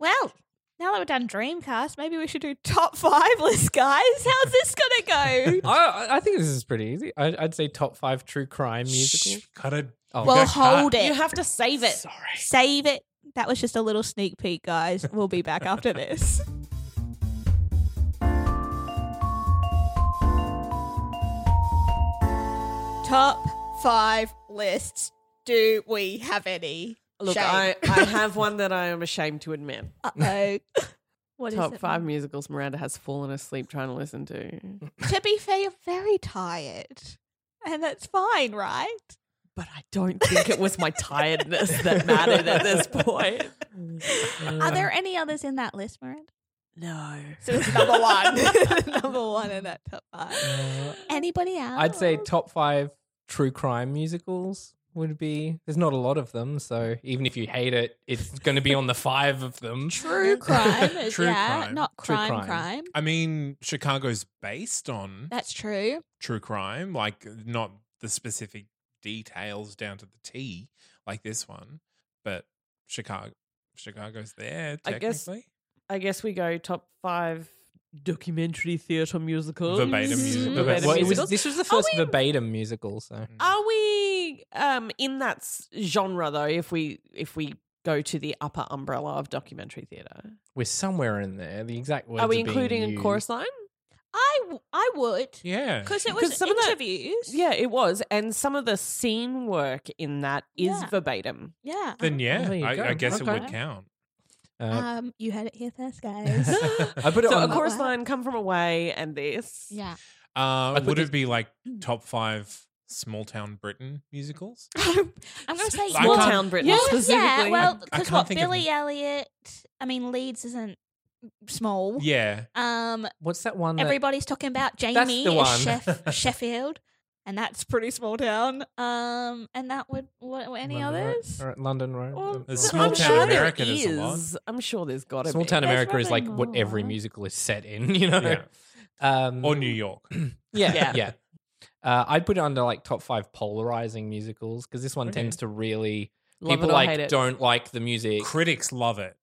Speaker 1: Well, now that we're done Dreamcast, maybe we should do top five list, guys. How's this gonna
Speaker 3: *laughs*
Speaker 1: go?
Speaker 2: I, I- I think this is pretty easy. I, I'd say top five true crime musical.
Speaker 4: Shh, gotta
Speaker 2: Oh,
Speaker 1: well,
Speaker 4: Okay.
Speaker 1: hold it.
Speaker 3: you have to save it.
Speaker 1: Save it. That was just a little sneak peek, guys. We'll be back after this. Top five lists. Do we have any?
Speaker 3: Look,
Speaker 1: Shame.
Speaker 4: *laughs*
Speaker 3: I,
Speaker 1: *laughs*
Speaker 3: I have one that I am ashamed to admit.
Speaker 1: Uh oh. What is
Speaker 3: Top
Speaker 1: it?
Speaker 3: five musicals Miranda has fallen asleep trying to listen to.
Speaker 4: *laughs*
Speaker 1: To be fair, you're very tired. And that's fine, right?
Speaker 3: But I don't think it was my tiredness that mattered at this point.
Speaker 1: Are there any others in that list, Miranda?
Speaker 3: *laughs* No.
Speaker 1: So it's number
Speaker 3: *laughs*
Speaker 1: one. *laughs* number one in that top five.
Speaker 2: *laughs* Uh,
Speaker 1: Anybody else?
Speaker 2: I'd say
Speaker 3: Oh.
Speaker 2: top five true crime musicals would be. There's not a lot of them, so even if you hate it, it's going to be on the five
Speaker 3: *laughs*
Speaker 2: of them.
Speaker 1: True crime is
Speaker 4: True
Speaker 1: yeah,
Speaker 4: crime.
Speaker 1: not
Speaker 2: True
Speaker 1: crime, crime
Speaker 2: crime.
Speaker 4: I mean, Chicago's based on
Speaker 1: That's true.
Speaker 4: true crime, like not the specific details down to the T, like this one, but Chicago, Chicago's there
Speaker 3: I guess-
Speaker 4: technically.
Speaker 3: I guess we go top five documentary theatre musicals.
Speaker 4: Verbatim
Speaker 1: music-
Speaker 3: Mhm.
Speaker 1: verbatim
Speaker 3: Verbatim
Speaker 2: Well, it was,
Speaker 3: musicals.
Speaker 2: this was the
Speaker 3: Are
Speaker 2: first
Speaker 3: we-
Speaker 2: verbatim musical,
Speaker 4: Mm.
Speaker 2: so Ah,
Speaker 3: Are we um, in that s- genre though? If we if we go to the upper umbrella of documentary theatre,
Speaker 2: we're somewhere in there. The exact words
Speaker 3: are we
Speaker 2: being
Speaker 3: including in
Speaker 2: used.
Speaker 3: chorus line?
Speaker 1: I w- I would
Speaker 4: yeah.
Speaker 1: because it
Speaker 3: 'Cause
Speaker 1: was
Speaker 3: some of that-
Speaker 1: interviews.
Speaker 3: Yeah, it was, and some of the scene work in that is
Speaker 1: Yeah.
Speaker 3: verbatim.
Speaker 1: yeah.
Speaker 4: Then yeah,
Speaker 2: Oh, there you go.
Speaker 4: I, I guess it would
Speaker 2: Okay.
Speaker 4: count.
Speaker 2: *laughs* Uh,
Speaker 1: Um, you had it here first,
Speaker 2: *laughs*
Speaker 1: guys.
Speaker 2: I put it
Speaker 3: so
Speaker 2: on.
Speaker 3: a chorus
Speaker 1: Wow.
Speaker 3: line, come from away, and this.
Speaker 1: yeah.
Speaker 4: Uh,
Speaker 2: put
Speaker 4: would
Speaker 2: this-
Speaker 4: it be like
Speaker 2: Hmm.
Speaker 4: top five small town Britain musicals?
Speaker 1: *laughs* I'm gonna say
Speaker 4: I
Speaker 3: Small
Speaker 1: *laughs*
Speaker 4: can't-
Speaker 3: town Britain
Speaker 1: Well,
Speaker 3: specifically.
Speaker 1: yeah. Well,
Speaker 4: I
Speaker 1: because
Speaker 4: can't
Speaker 1: what
Speaker 4: think of
Speaker 1: Billy
Speaker 4: them.
Speaker 1: Elliot. I mean, Leeds isn't small.
Speaker 4: Yeah,
Speaker 1: Um,
Speaker 2: What's that one? That,
Speaker 1: everybody's talking about
Speaker 2: the
Speaker 1: Jamie
Speaker 2: one.
Speaker 1: is chef Sheffield, and that's pretty small town. Um, and that would what any
Speaker 2: London Road-
Speaker 1: others?
Speaker 2: or London uh, Road.
Speaker 3: Well,
Speaker 2: or-
Speaker 3: I'm
Speaker 4: Small Town
Speaker 3: sure there
Speaker 4: America, there's a lot.
Speaker 3: is. I'm sure there's got to
Speaker 2: Small
Speaker 3: be.
Speaker 2: Town
Speaker 1: There's
Speaker 2: America is like
Speaker 1: probably
Speaker 2: what every
Speaker 1: more.
Speaker 2: musical is set in, *laughs* you know.
Speaker 4: Yeah.
Speaker 2: Um,
Speaker 4: or New York.
Speaker 2: Yeah,
Speaker 3: Yeah.
Speaker 2: yeah. Uh, I'd put it under like top five polarizing musicals because this one
Speaker 4: Okay.
Speaker 2: tends to really
Speaker 3: Love it
Speaker 2: people
Speaker 3: or
Speaker 2: like
Speaker 3: hate it.
Speaker 2: don't like the music.
Speaker 4: Critics love it.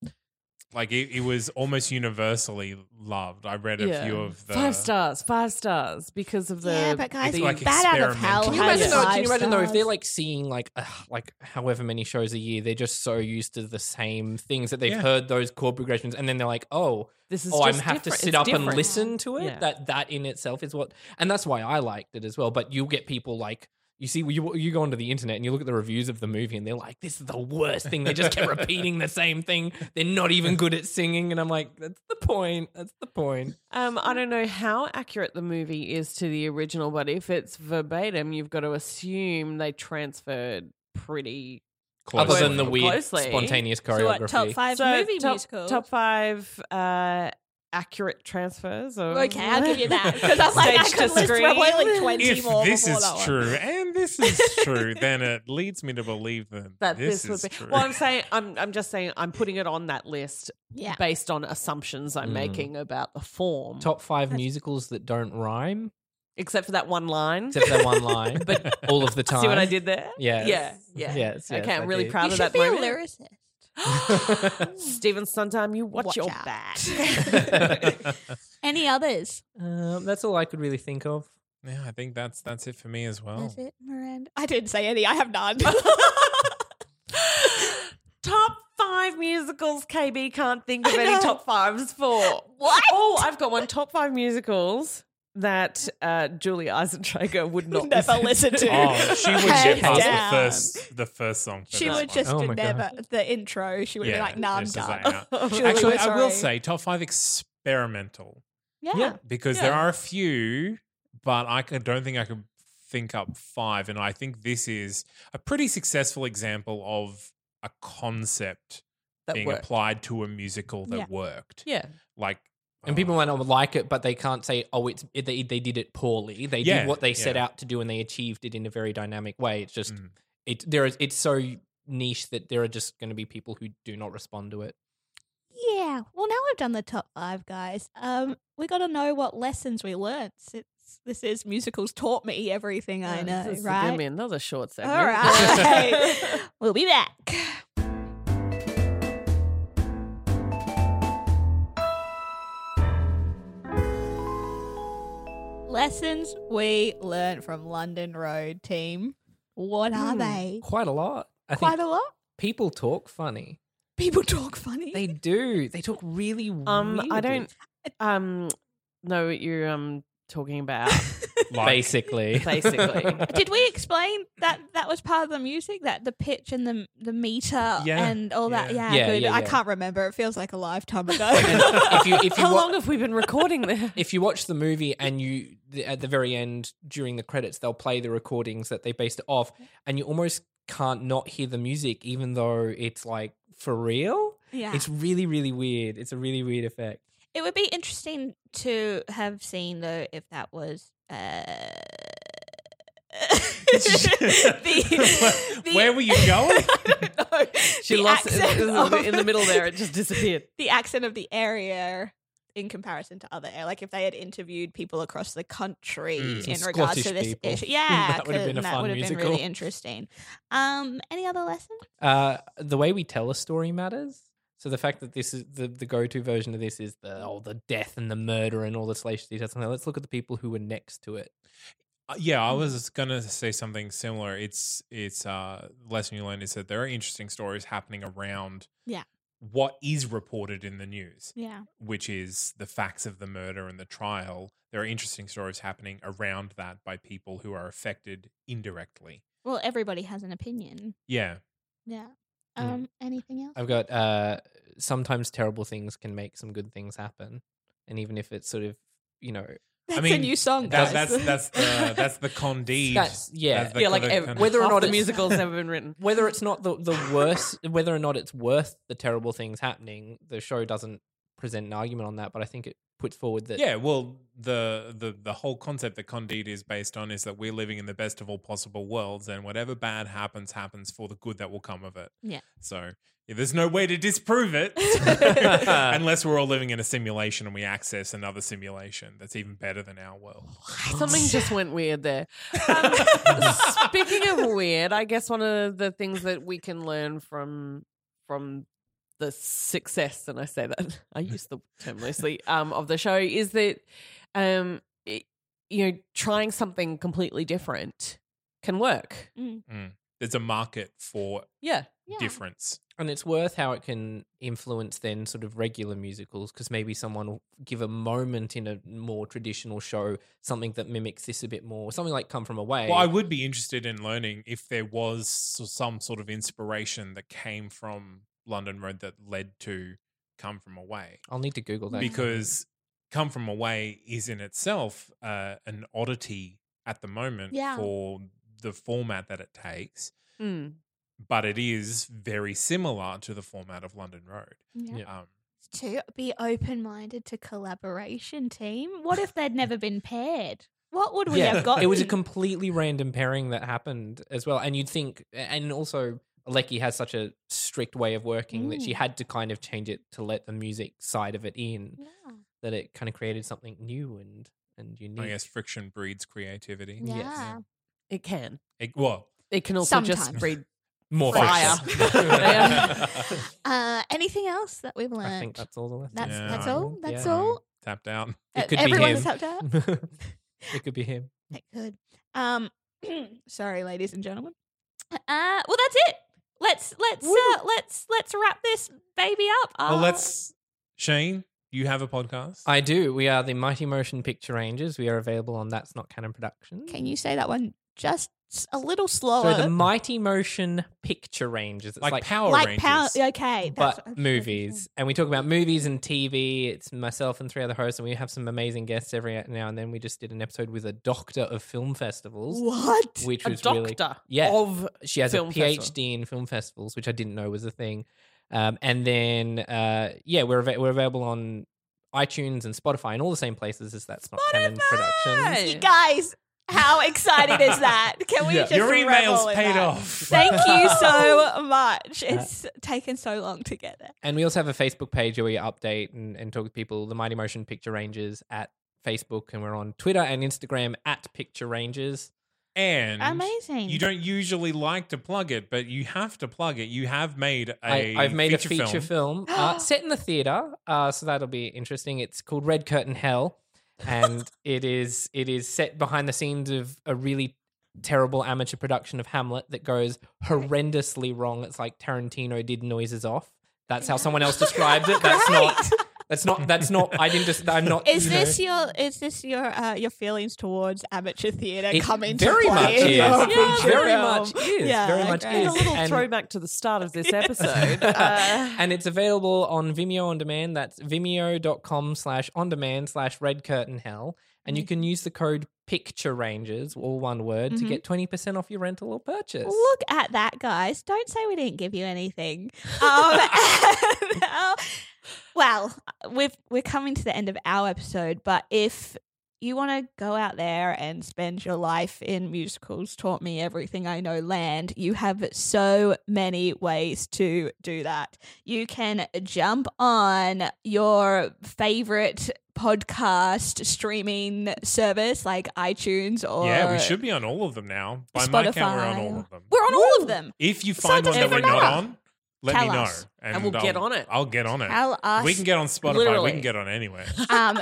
Speaker 4: Like it, it was almost universally loved. I read a
Speaker 3: Yeah.
Speaker 4: few of the
Speaker 3: Five stars, five stars because of the.
Speaker 1: yeah, but guys,
Speaker 4: like
Speaker 1: bad out of
Speaker 4: experimental.
Speaker 1: hell.
Speaker 2: Can you
Speaker 3: I'll
Speaker 1: has
Speaker 3: have
Speaker 2: imagine, though, can
Speaker 1: five
Speaker 2: you imagine though if
Speaker 1: stars.
Speaker 2: they're like seeing like uh, like however many shows a year, they're just so used to the same things that they've
Speaker 4: Yeah.
Speaker 2: heard those chord progressions, and then they're like, oh,
Speaker 3: this is
Speaker 2: oh, I'm
Speaker 3: just
Speaker 2: have to
Speaker 3: different.
Speaker 2: sit
Speaker 3: It's
Speaker 2: up and
Speaker 3: different.
Speaker 2: listen to it.
Speaker 3: Yeah.
Speaker 2: That that in itself is what, and that's why I liked it as well. But you'll get people like you see, you, you go onto the internet and you look at the reviews of the movie and they're like, this is the worst thing.
Speaker 3: *laughs*
Speaker 2: They just kept repeating the same thing. They're not even good at singing. And I'm like, that's the point. That's the point.
Speaker 3: Um, I don't know how accurate the movie is to the original, but if it's verbatim, you've got to assume they transferred pretty.
Speaker 2: Other
Speaker 3: Closely.
Speaker 2: than the weird
Speaker 3: Closely.
Speaker 2: spontaneous choreography.
Speaker 1: So what? Top five
Speaker 3: So,
Speaker 1: movie
Speaker 3: top,
Speaker 1: musicals.
Speaker 3: Top five uh, accurate transfers. Of
Speaker 1: Okay, I'll give you that because
Speaker 3: *laughs*
Speaker 1: I'm like I
Speaker 3: Stage to
Speaker 1: could list
Speaker 3: screen.
Speaker 1: probably like
Speaker 3: *laughs*
Speaker 1: twenty
Speaker 4: If
Speaker 1: more.
Speaker 4: this
Speaker 1: before
Speaker 4: is
Speaker 1: that one.
Speaker 4: true, and this is true, then it leads me to
Speaker 1: *laughs*
Speaker 4: believe that,
Speaker 3: That this,
Speaker 4: is
Speaker 3: would be.
Speaker 4: true.
Speaker 3: Well, I'm saying I'm. I'm just saying I'm putting it on that list
Speaker 1: yeah.
Speaker 3: based on assumptions I'm
Speaker 2: Mm.
Speaker 3: making about the form.
Speaker 2: Top five musicals that
Speaker 3: *laughs*
Speaker 2: don't rhyme,
Speaker 3: except for that one line.
Speaker 2: except that one line, but all of the
Speaker 3: *laughs*
Speaker 2: time.
Speaker 3: See what I did there?
Speaker 2: Yes.
Speaker 3: Yeah. Yeah.
Speaker 2: Yes, yes,
Speaker 3: okay,
Speaker 2: I
Speaker 3: I'm really
Speaker 2: did.
Speaker 3: proud
Speaker 1: You
Speaker 3: of
Speaker 1: should
Speaker 3: that
Speaker 1: be
Speaker 3: moment.
Speaker 1: a lyricist.
Speaker 3: *gasps* Steven Sondheim, you watch,
Speaker 1: Watch
Speaker 3: your
Speaker 1: out.
Speaker 3: back. *laughs*
Speaker 1: Any others?
Speaker 2: *laughs* Um, that's all I could really think of.
Speaker 4: yeah, I think that's that's it for me as
Speaker 2: Oh.
Speaker 4: well.
Speaker 1: That's it, Miranda. I didn't say any. I have none.
Speaker 3: top five musicals KB can't think of
Speaker 1: I
Speaker 3: any
Speaker 1: know.
Speaker 3: top fives for.
Speaker 1: *laughs* what?
Speaker 3: Oh, I've got one top five musicals that uh, Julie Eisentrager would not
Speaker 1: Never listen to.
Speaker 4: Oh, she would
Speaker 1: Hands
Speaker 4: get past
Speaker 1: down.
Speaker 4: the first the first song. For
Speaker 1: She
Speaker 4: this
Speaker 1: would
Speaker 4: one.
Speaker 1: just
Speaker 2: Oh my
Speaker 1: never the intro. She would be
Speaker 4: Yeah,
Speaker 1: like, "Nah, I'm
Speaker 4: this is
Speaker 1: done." *laughs*
Speaker 4: like, nah.
Speaker 1: Julie,
Speaker 4: Actually,
Speaker 1: we're
Speaker 4: I will
Speaker 1: sorry.
Speaker 4: say top five experimental
Speaker 1: yeah.
Speaker 4: because there are a few, but I c- don't think I could think up five. And I think this is a pretty successful example of a concept
Speaker 3: that
Speaker 4: being
Speaker 3: work.
Speaker 4: applied to a musical that
Speaker 1: Yeah.
Speaker 4: worked.
Speaker 3: Yeah.
Speaker 4: Like, uh,
Speaker 2: And people might not like it, but they can't say, "Oh, it's it, they they did it poorly." They
Speaker 4: Yeah,
Speaker 2: did what they set
Speaker 4: yeah.
Speaker 2: out to do, and they achieved it in a very dynamic way. It's just
Speaker 4: Mm.
Speaker 2: it there is it's so niche that there are just going to be people who do not respond to it.
Speaker 1: Yeah. Well, now we've done the top five, guys. Um, we got to know what lessons we learnt. Since this is musicals taught me everything I know,
Speaker 3: This is gonna
Speaker 1: right?
Speaker 3: be another short segment. *laughs*
Speaker 1: All right. we'll be back. Lessons we learned from London Road team. What are
Speaker 3: Hmm.
Speaker 1: they?
Speaker 2: Quite a lot. I
Speaker 1: Quite
Speaker 2: think
Speaker 1: a lot.
Speaker 2: people talk funny.
Speaker 1: People talk funny.
Speaker 2: *laughs* They do. They talk really.
Speaker 3: um, I
Speaker 2: weirdly.
Speaker 3: don't um know what you're um talking about.
Speaker 4: like,
Speaker 2: Basically,
Speaker 3: Basically.
Speaker 2: *laughs*
Speaker 1: Did we explain that that was part of the music that the pitch and the the meter
Speaker 4: Yeah,
Speaker 1: and all that?
Speaker 4: yeah.
Speaker 1: Yeah,
Speaker 2: Yeah,
Speaker 1: good.
Speaker 2: yeah,
Speaker 1: I
Speaker 2: yeah.
Speaker 1: can't remember. It feels like a
Speaker 2: *laughs*
Speaker 1: lifetime ago.
Speaker 2: if
Speaker 1: *laughs*
Speaker 2: you if you
Speaker 3: How
Speaker 2: wa-
Speaker 3: long have we been recording this?
Speaker 2: if you watch the movie and you the- at the very end during the credits they'll play the recordings that they based it off
Speaker 1: Mm-hmm.
Speaker 2: and you almost can't not hear the music even though it's like for real
Speaker 1: yeah,
Speaker 2: it's really really weird it's a really weird effect
Speaker 1: it would be interesting to have seen though if that was. Uh... *laughs* the, the-
Speaker 4: Where were you
Speaker 1: *laughs*
Speaker 4: going?
Speaker 1: I don't know.
Speaker 3: She
Speaker 1: The
Speaker 3: lost it
Speaker 1: accent
Speaker 3: in,
Speaker 1: of-
Speaker 3: the, in the middle there. It just disappeared.
Speaker 1: *laughs* the accent of the area in comparison to other air. Like if they had interviewed people across the country
Speaker 4: Mm.
Speaker 2: Some
Speaker 1: in regards to
Speaker 2: Scottish
Speaker 1: this
Speaker 2: people.
Speaker 1: issue, yeah,
Speaker 2: That would've
Speaker 1: 'cause
Speaker 2: been a
Speaker 1: that
Speaker 2: fun
Speaker 1: would have been
Speaker 2: musical.
Speaker 1: really interesting. Um, any other lessons?
Speaker 2: uh the way we tell a story matters so the fact that this is the, the go-to version of this is the oh the death and the murder and all the salacious details Now, let's look at the people who were next to it
Speaker 4: Uh, yeah,
Speaker 1: Mm-hmm.
Speaker 4: I was gonna say something similar. It's it's uh lesson you learn is that there are interesting stories happening around
Speaker 1: Yeah.
Speaker 4: what is reported in the news,
Speaker 1: Yeah,
Speaker 4: which is the facts of the murder and the trial. There are interesting stories happening around that by people who are affected indirectly.
Speaker 1: well, everybody has an opinion.
Speaker 4: Yeah.
Speaker 1: Yeah.
Speaker 2: Mm.
Speaker 1: Um, anything else?
Speaker 2: i've got uh sometimes terrible things can make some good things happen and even if it's sort of you know
Speaker 1: That's a
Speaker 4: mean,
Speaker 1: new song. Guys.
Speaker 4: That, that's that's the
Speaker 1: *laughs*
Speaker 4: that's the condeed.
Speaker 2: that's yeah eh,
Speaker 4: That's the
Speaker 3: yeah, like
Speaker 4: kind of-
Speaker 3: ev-
Speaker 2: Whether or
Speaker 3: half
Speaker 2: *laughs* not
Speaker 3: the
Speaker 2: it's-
Speaker 3: musical's ever been written.
Speaker 2: whether it's not the, the worst, whether or not it's worth the terrible things happening, the show doesn't present an argument on that, but I think it puts forward that
Speaker 4: Yeah, well, the the the whole concept that Condit is based on is that we're living in the best of all possible worlds, and whatever bad happens, happens for the good that will come of it.
Speaker 1: Yeah.
Speaker 4: So yeah, there's no way to disprove
Speaker 3: *laughs*
Speaker 4: it *laughs* unless we're all living in a simulation and we access another simulation that's even better than our world.
Speaker 3: *laughs* Something just
Speaker 2: *laughs*
Speaker 3: went weird there.
Speaker 4: *laughs*
Speaker 3: Um, speaking of weird, I guess one of the things that we can learn from from the success, and I say that *laughs* I use the term loosely, um, of the show is that um, it, you know trying something completely different can work.
Speaker 1: Mm.
Speaker 4: Mm. there's a market for
Speaker 3: Yeah.
Speaker 1: Yeah.
Speaker 4: difference.
Speaker 2: and it's worth how it can influence then sort of regular musicals because maybe someone will give a moment in a more traditional show something that mimics this a bit more something like come from away
Speaker 4: Well, I would be interested in learning if there was so- some sort of inspiration that came from London Road that led to Come From Away.
Speaker 2: will need to google that
Speaker 4: Because Come From Away is in itself uh, an oddity at the moment
Speaker 1: Yeah.
Speaker 4: for the format that it takes,
Speaker 3: Mm.
Speaker 4: but it is very similar to the format of London Road.
Speaker 1: Yeah.
Speaker 2: Yeah.
Speaker 4: Um,
Speaker 1: To be open minded to collaboration, team. What if they'd never been paired? What would *laughs* we
Speaker 2: yeah,
Speaker 1: have got?
Speaker 2: it was a completely random pairing that happened as well and you'd think and also Lecky has such a strict way of working that she
Speaker 1: Mm.
Speaker 2: had to kind of change it to let the music side of it in that it kind of created something new and and unique
Speaker 4: I guess friction breeds creativity.
Speaker 1: Yeah.
Speaker 2: Yes.
Speaker 3: It can.
Speaker 4: It- well,
Speaker 3: It can also just
Speaker 1: Sometimes.
Speaker 3: breed.
Speaker 2: more
Speaker 3: Fire.
Speaker 1: *laughs*
Speaker 2: friction.
Speaker 3: Yeah.
Speaker 1: Uh, anything else that we've learned?
Speaker 2: I think that's all the left.
Speaker 1: that's,
Speaker 4: Yeah.
Speaker 1: that's all. That's
Speaker 2: Yeah.
Speaker 1: all.
Speaker 4: tapped out.
Speaker 2: It
Speaker 1: Uh,
Speaker 2: could be
Speaker 1: Everyone
Speaker 2: him.
Speaker 1: is helped out.
Speaker 2: *laughs* it could be him.
Speaker 1: It could. Um, *clears throat* sorry, ladies and gentlemen. Uh, well, that's it. Let's let's uh, let's let's wrap this baby up.
Speaker 4: Well,
Speaker 1: Uh,
Speaker 4: let's. Shane, you have a podcast.
Speaker 2: I do. We are the Mighty Motion Picture Rangers. We are available on That's Not Canon Productions.
Speaker 1: Can you say that one just s- a little
Speaker 2: So
Speaker 1: slower?
Speaker 2: the Mighty Motion Picture Rangers. It's
Speaker 4: like,
Speaker 2: like,
Speaker 4: Power
Speaker 1: like
Speaker 4: Rangers.
Speaker 1: power. Okay, that's what I was
Speaker 2: but movies, and we talk about movies and TV. It's myself and three other hosts, and we have some amazing guests every now and then. We just did an episode with a doctor of film
Speaker 1: thinking.
Speaker 2: festivals,
Speaker 1: What?
Speaker 2: which
Speaker 3: A
Speaker 2: was
Speaker 3: doctor
Speaker 2: really Yeah.
Speaker 3: of
Speaker 2: she has
Speaker 3: film
Speaker 2: a PhD
Speaker 3: festival.
Speaker 2: in film festivals, which I didn't know was a thing. Um, and then, uh, yeah, we're ava- we're available on iTunes and Spotify and all the same places as that's not canon productions.
Speaker 1: You guys, how excited is
Speaker 2: *laughs*
Speaker 1: that? Can we
Speaker 2: Yeah.
Speaker 1: just
Speaker 4: Your
Speaker 1: revel
Speaker 4: email's
Speaker 1: in
Speaker 4: paid
Speaker 1: that? *laughs*
Speaker 4: off.
Speaker 1: Thank
Speaker 4: *laughs*
Speaker 1: you so much. It's taken so long to get there.
Speaker 2: And we also have a Facebook page where we update and, and talk to people, the Mighty Motion Picture Rangers at Facebook, and we're on Twitter and Instagram at Picture Rangers.
Speaker 4: and
Speaker 1: Amazing.
Speaker 4: You don't usually like to plug it, but you have to plug it. You have made a.
Speaker 2: I, I've made
Speaker 4: feature
Speaker 2: a feature film,
Speaker 1: *gasps*
Speaker 2: uh, set in the theater, uh, so that'll be interesting. It's called Red Curtain Hell,
Speaker 1: *laughs*
Speaker 2: and it is it is set behind the scenes of a really terrible amateur production of Hamlet that goes horrendously wrong. It's like Tarantino did noises off. That's how someone else described it.
Speaker 1: *laughs*
Speaker 2: That's not. That's not. That's not. I didn't. Just, I'm not.
Speaker 1: Is
Speaker 2: you know-
Speaker 1: this your is this your uh, your feelings towards amateur theatre
Speaker 2: It
Speaker 1: coming
Speaker 2: very
Speaker 1: to play?
Speaker 2: much
Speaker 1: in *laughs*
Speaker 2: is.
Speaker 1: your
Speaker 2: Yeah,
Speaker 1: feature
Speaker 2: very
Speaker 1: film?
Speaker 2: much is, very much
Speaker 1: okay.
Speaker 3: It's
Speaker 1: *laughs*
Speaker 3: a
Speaker 2: is.
Speaker 3: little
Speaker 2: And-
Speaker 3: throwback to the start of this episode. *laughs*
Speaker 2: *laughs*
Speaker 3: uh,
Speaker 2: and it's available on Vimeo on demand. That's vimeo.com slash on demand slash red curtain hell. And you can use the code picture rangers, all one word, to
Speaker 1: Mhm.
Speaker 2: get 20% off your rental or purchase.
Speaker 1: Look at that, guys! Don't say we didn't give you anything.
Speaker 4: *laughs*
Speaker 1: Um, and, uh, well, we've we're coming to the end of our episode, but if you want to go out there and spend your life in musicals, taught me everything I know land, you have so many ways to do that. You can jump on your favorite podcast streaming service like iTunes or
Speaker 4: Yeah, we should be on all of them now. By my count, we're on all of them.
Speaker 1: We're on all of them.
Speaker 4: if you
Speaker 1: So it
Speaker 4: find one
Speaker 1: doesn't
Speaker 4: that we're
Speaker 1: even
Speaker 4: not
Speaker 1: matter.
Speaker 4: on, let
Speaker 1: Tell
Speaker 4: me know,
Speaker 1: us.
Speaker 3: And we'll get
Speaker 4: I'll-
Speaker 3: on it.
Speaker 4: I'll get on it.
Speaker 1: Tell us.
Speaker 4: we can get on Spotify. We
Speaker 3: Literally.
Speaker 4: can get
Speaker 1: *laughs*
Speaker 4: on anywhere.
Speaker 1: um,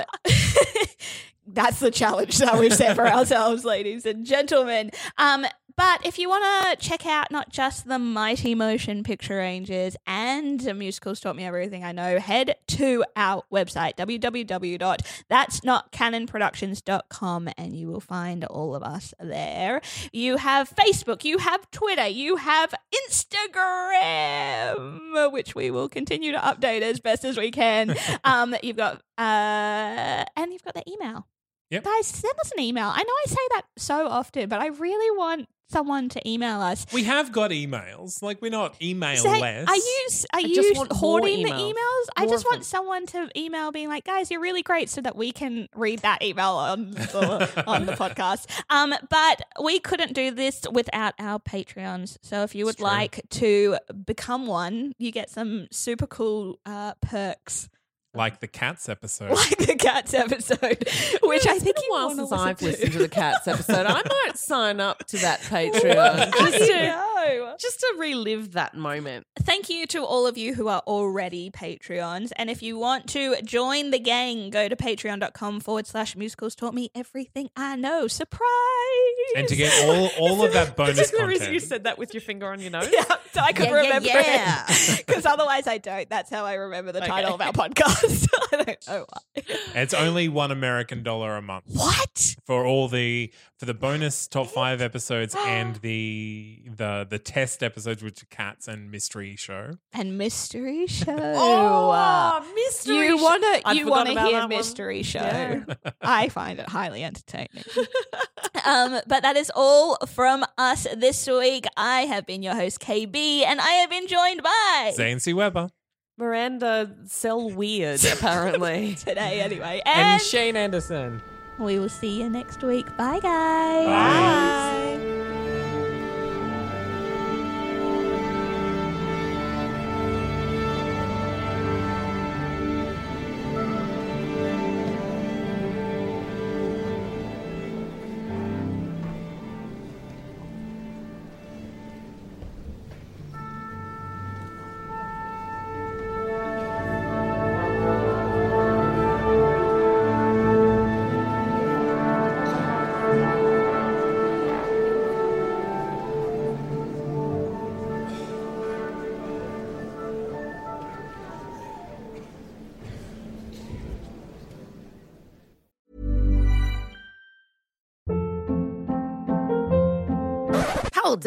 Speaker 1: that's the challenge that we've set for ourselves, ladies and gentlemen. Um, but if you want to check out not just the Mighty Motion Picture Rangers and the musicals taught me everything I know, head to our website www.that'snotcanonproductions.com and you will find all of us there. You have Facebook, you have Twitter, you have Instagram, which we will continue to update as best as we can. um, you've got uh, and you've got the email.
Speaker 4: Yep.
Speaker 1: Guys, send us an email. I know I say that so often, but I really want someone to email us.
Speaker 4: we have got emails. Like we're not email
Speaker 1: Say-
Speaker 4: less.
Speaker 1: Are you s- are
Speaker 3: I just
Speaker 1: you
Speaker 3: want more
Speaker 1: hoarding the
Speaker 3: emails.
Speaker 1: emails? I
Speaker 3: More
Speaker 1: just
Speaker 3: of
Speaker 1: want
Speaker 3: them.
Speaker 1: someone to email being like, guys, you're really great, so that we can read that email on the, on
Speaker 3: *laughs*
Speaker 1: the podcast. Um, but we couldn't do this without our Patreons. So if you would
Speaker 4: It's true.
Speaker 1: like to become one, you get some super cool uh, perks
Speaker 4: like the cats
Speaker 3: *laughs*
Speaker 1: *laughs*
Speaker 4: episode?
Speaker 1: like the cats episode, which I think
Speaker 3: been
Speaker 1: you
Speaker 3: a while
Speaker 1: wanna
Speaker 3: since I've
Speaker 1: listen
Speaker 3: *laughs* listened to the Cats episode. *laughs* I might sign up to that Patreon
Speaker 1: *laughs* How do
Speaker 3: just
Speaker 1: you
Speaker 3: to
Speaker 1: know?
Speaker 3: just to relive that moment.
Speaker 1: Thank you to all of you who are already Patreons. And if you want to join the gang, go to patreon.com forward slash musicals taught me everything I know. Surprise!
Speaker 4: And
Speaker 1: *laughs*
Speaker 4: to get all all of that
Speaker 3: Is this
Speaker 4: bonus
Speaker 3: the reason you
Speaker 4: content.
Speaker 3: said that with your finger on your nose? *laughs*
Speaker 1: Yeah, so I could
Speaker 3: Yeah, yeah,
Speaker 1: remember
Speaker 3: yeah.
Speaker 4: *laughs*
Speaker 1: it. Because otherwise I don't. That's how I remember the
Speaker 3: Okay.
Speaker 1: title of our podcast. *laughs* I don't know why.
Speaker 4: It's only one American dollar a month
Speaker 1: What?
Speaker 4: for all the for the bonus top five episodes and the the the test episodes, which are cats and mystery show.
Speaker 1: And mystery show.
Speaker 3: Oh, mystery.
Speaker 1: you
Speaker 3: sh-
Speaker 1: wanna
Speaker 3: I'd
Speaker 1: you
Speaker 3: forgotten
Speaker 1: wanna
Speaker 3: about that
Speaker 1: hear
Speaker 3: one.
Speaker 1: mystery show? *laughs*
Speaker 3: Yeah.
Speaker 1: I find it highly entertaining. *laughs* um, but that is all from us this week. I have been your host KB, and I have been joined by *laughs*
Speaker 4: Zane C. Weber.
Speaker 3: Miranda sell *laughs* weird apparently.
Speaker 1: today anyway,
Speaker 2: And
Speaker 1: and,
Speaker 2: Shane Anderson.
Speaker 1: we will see you next week. Bye, guys.
Speaker 4: Bye.
Speaker 5: Hold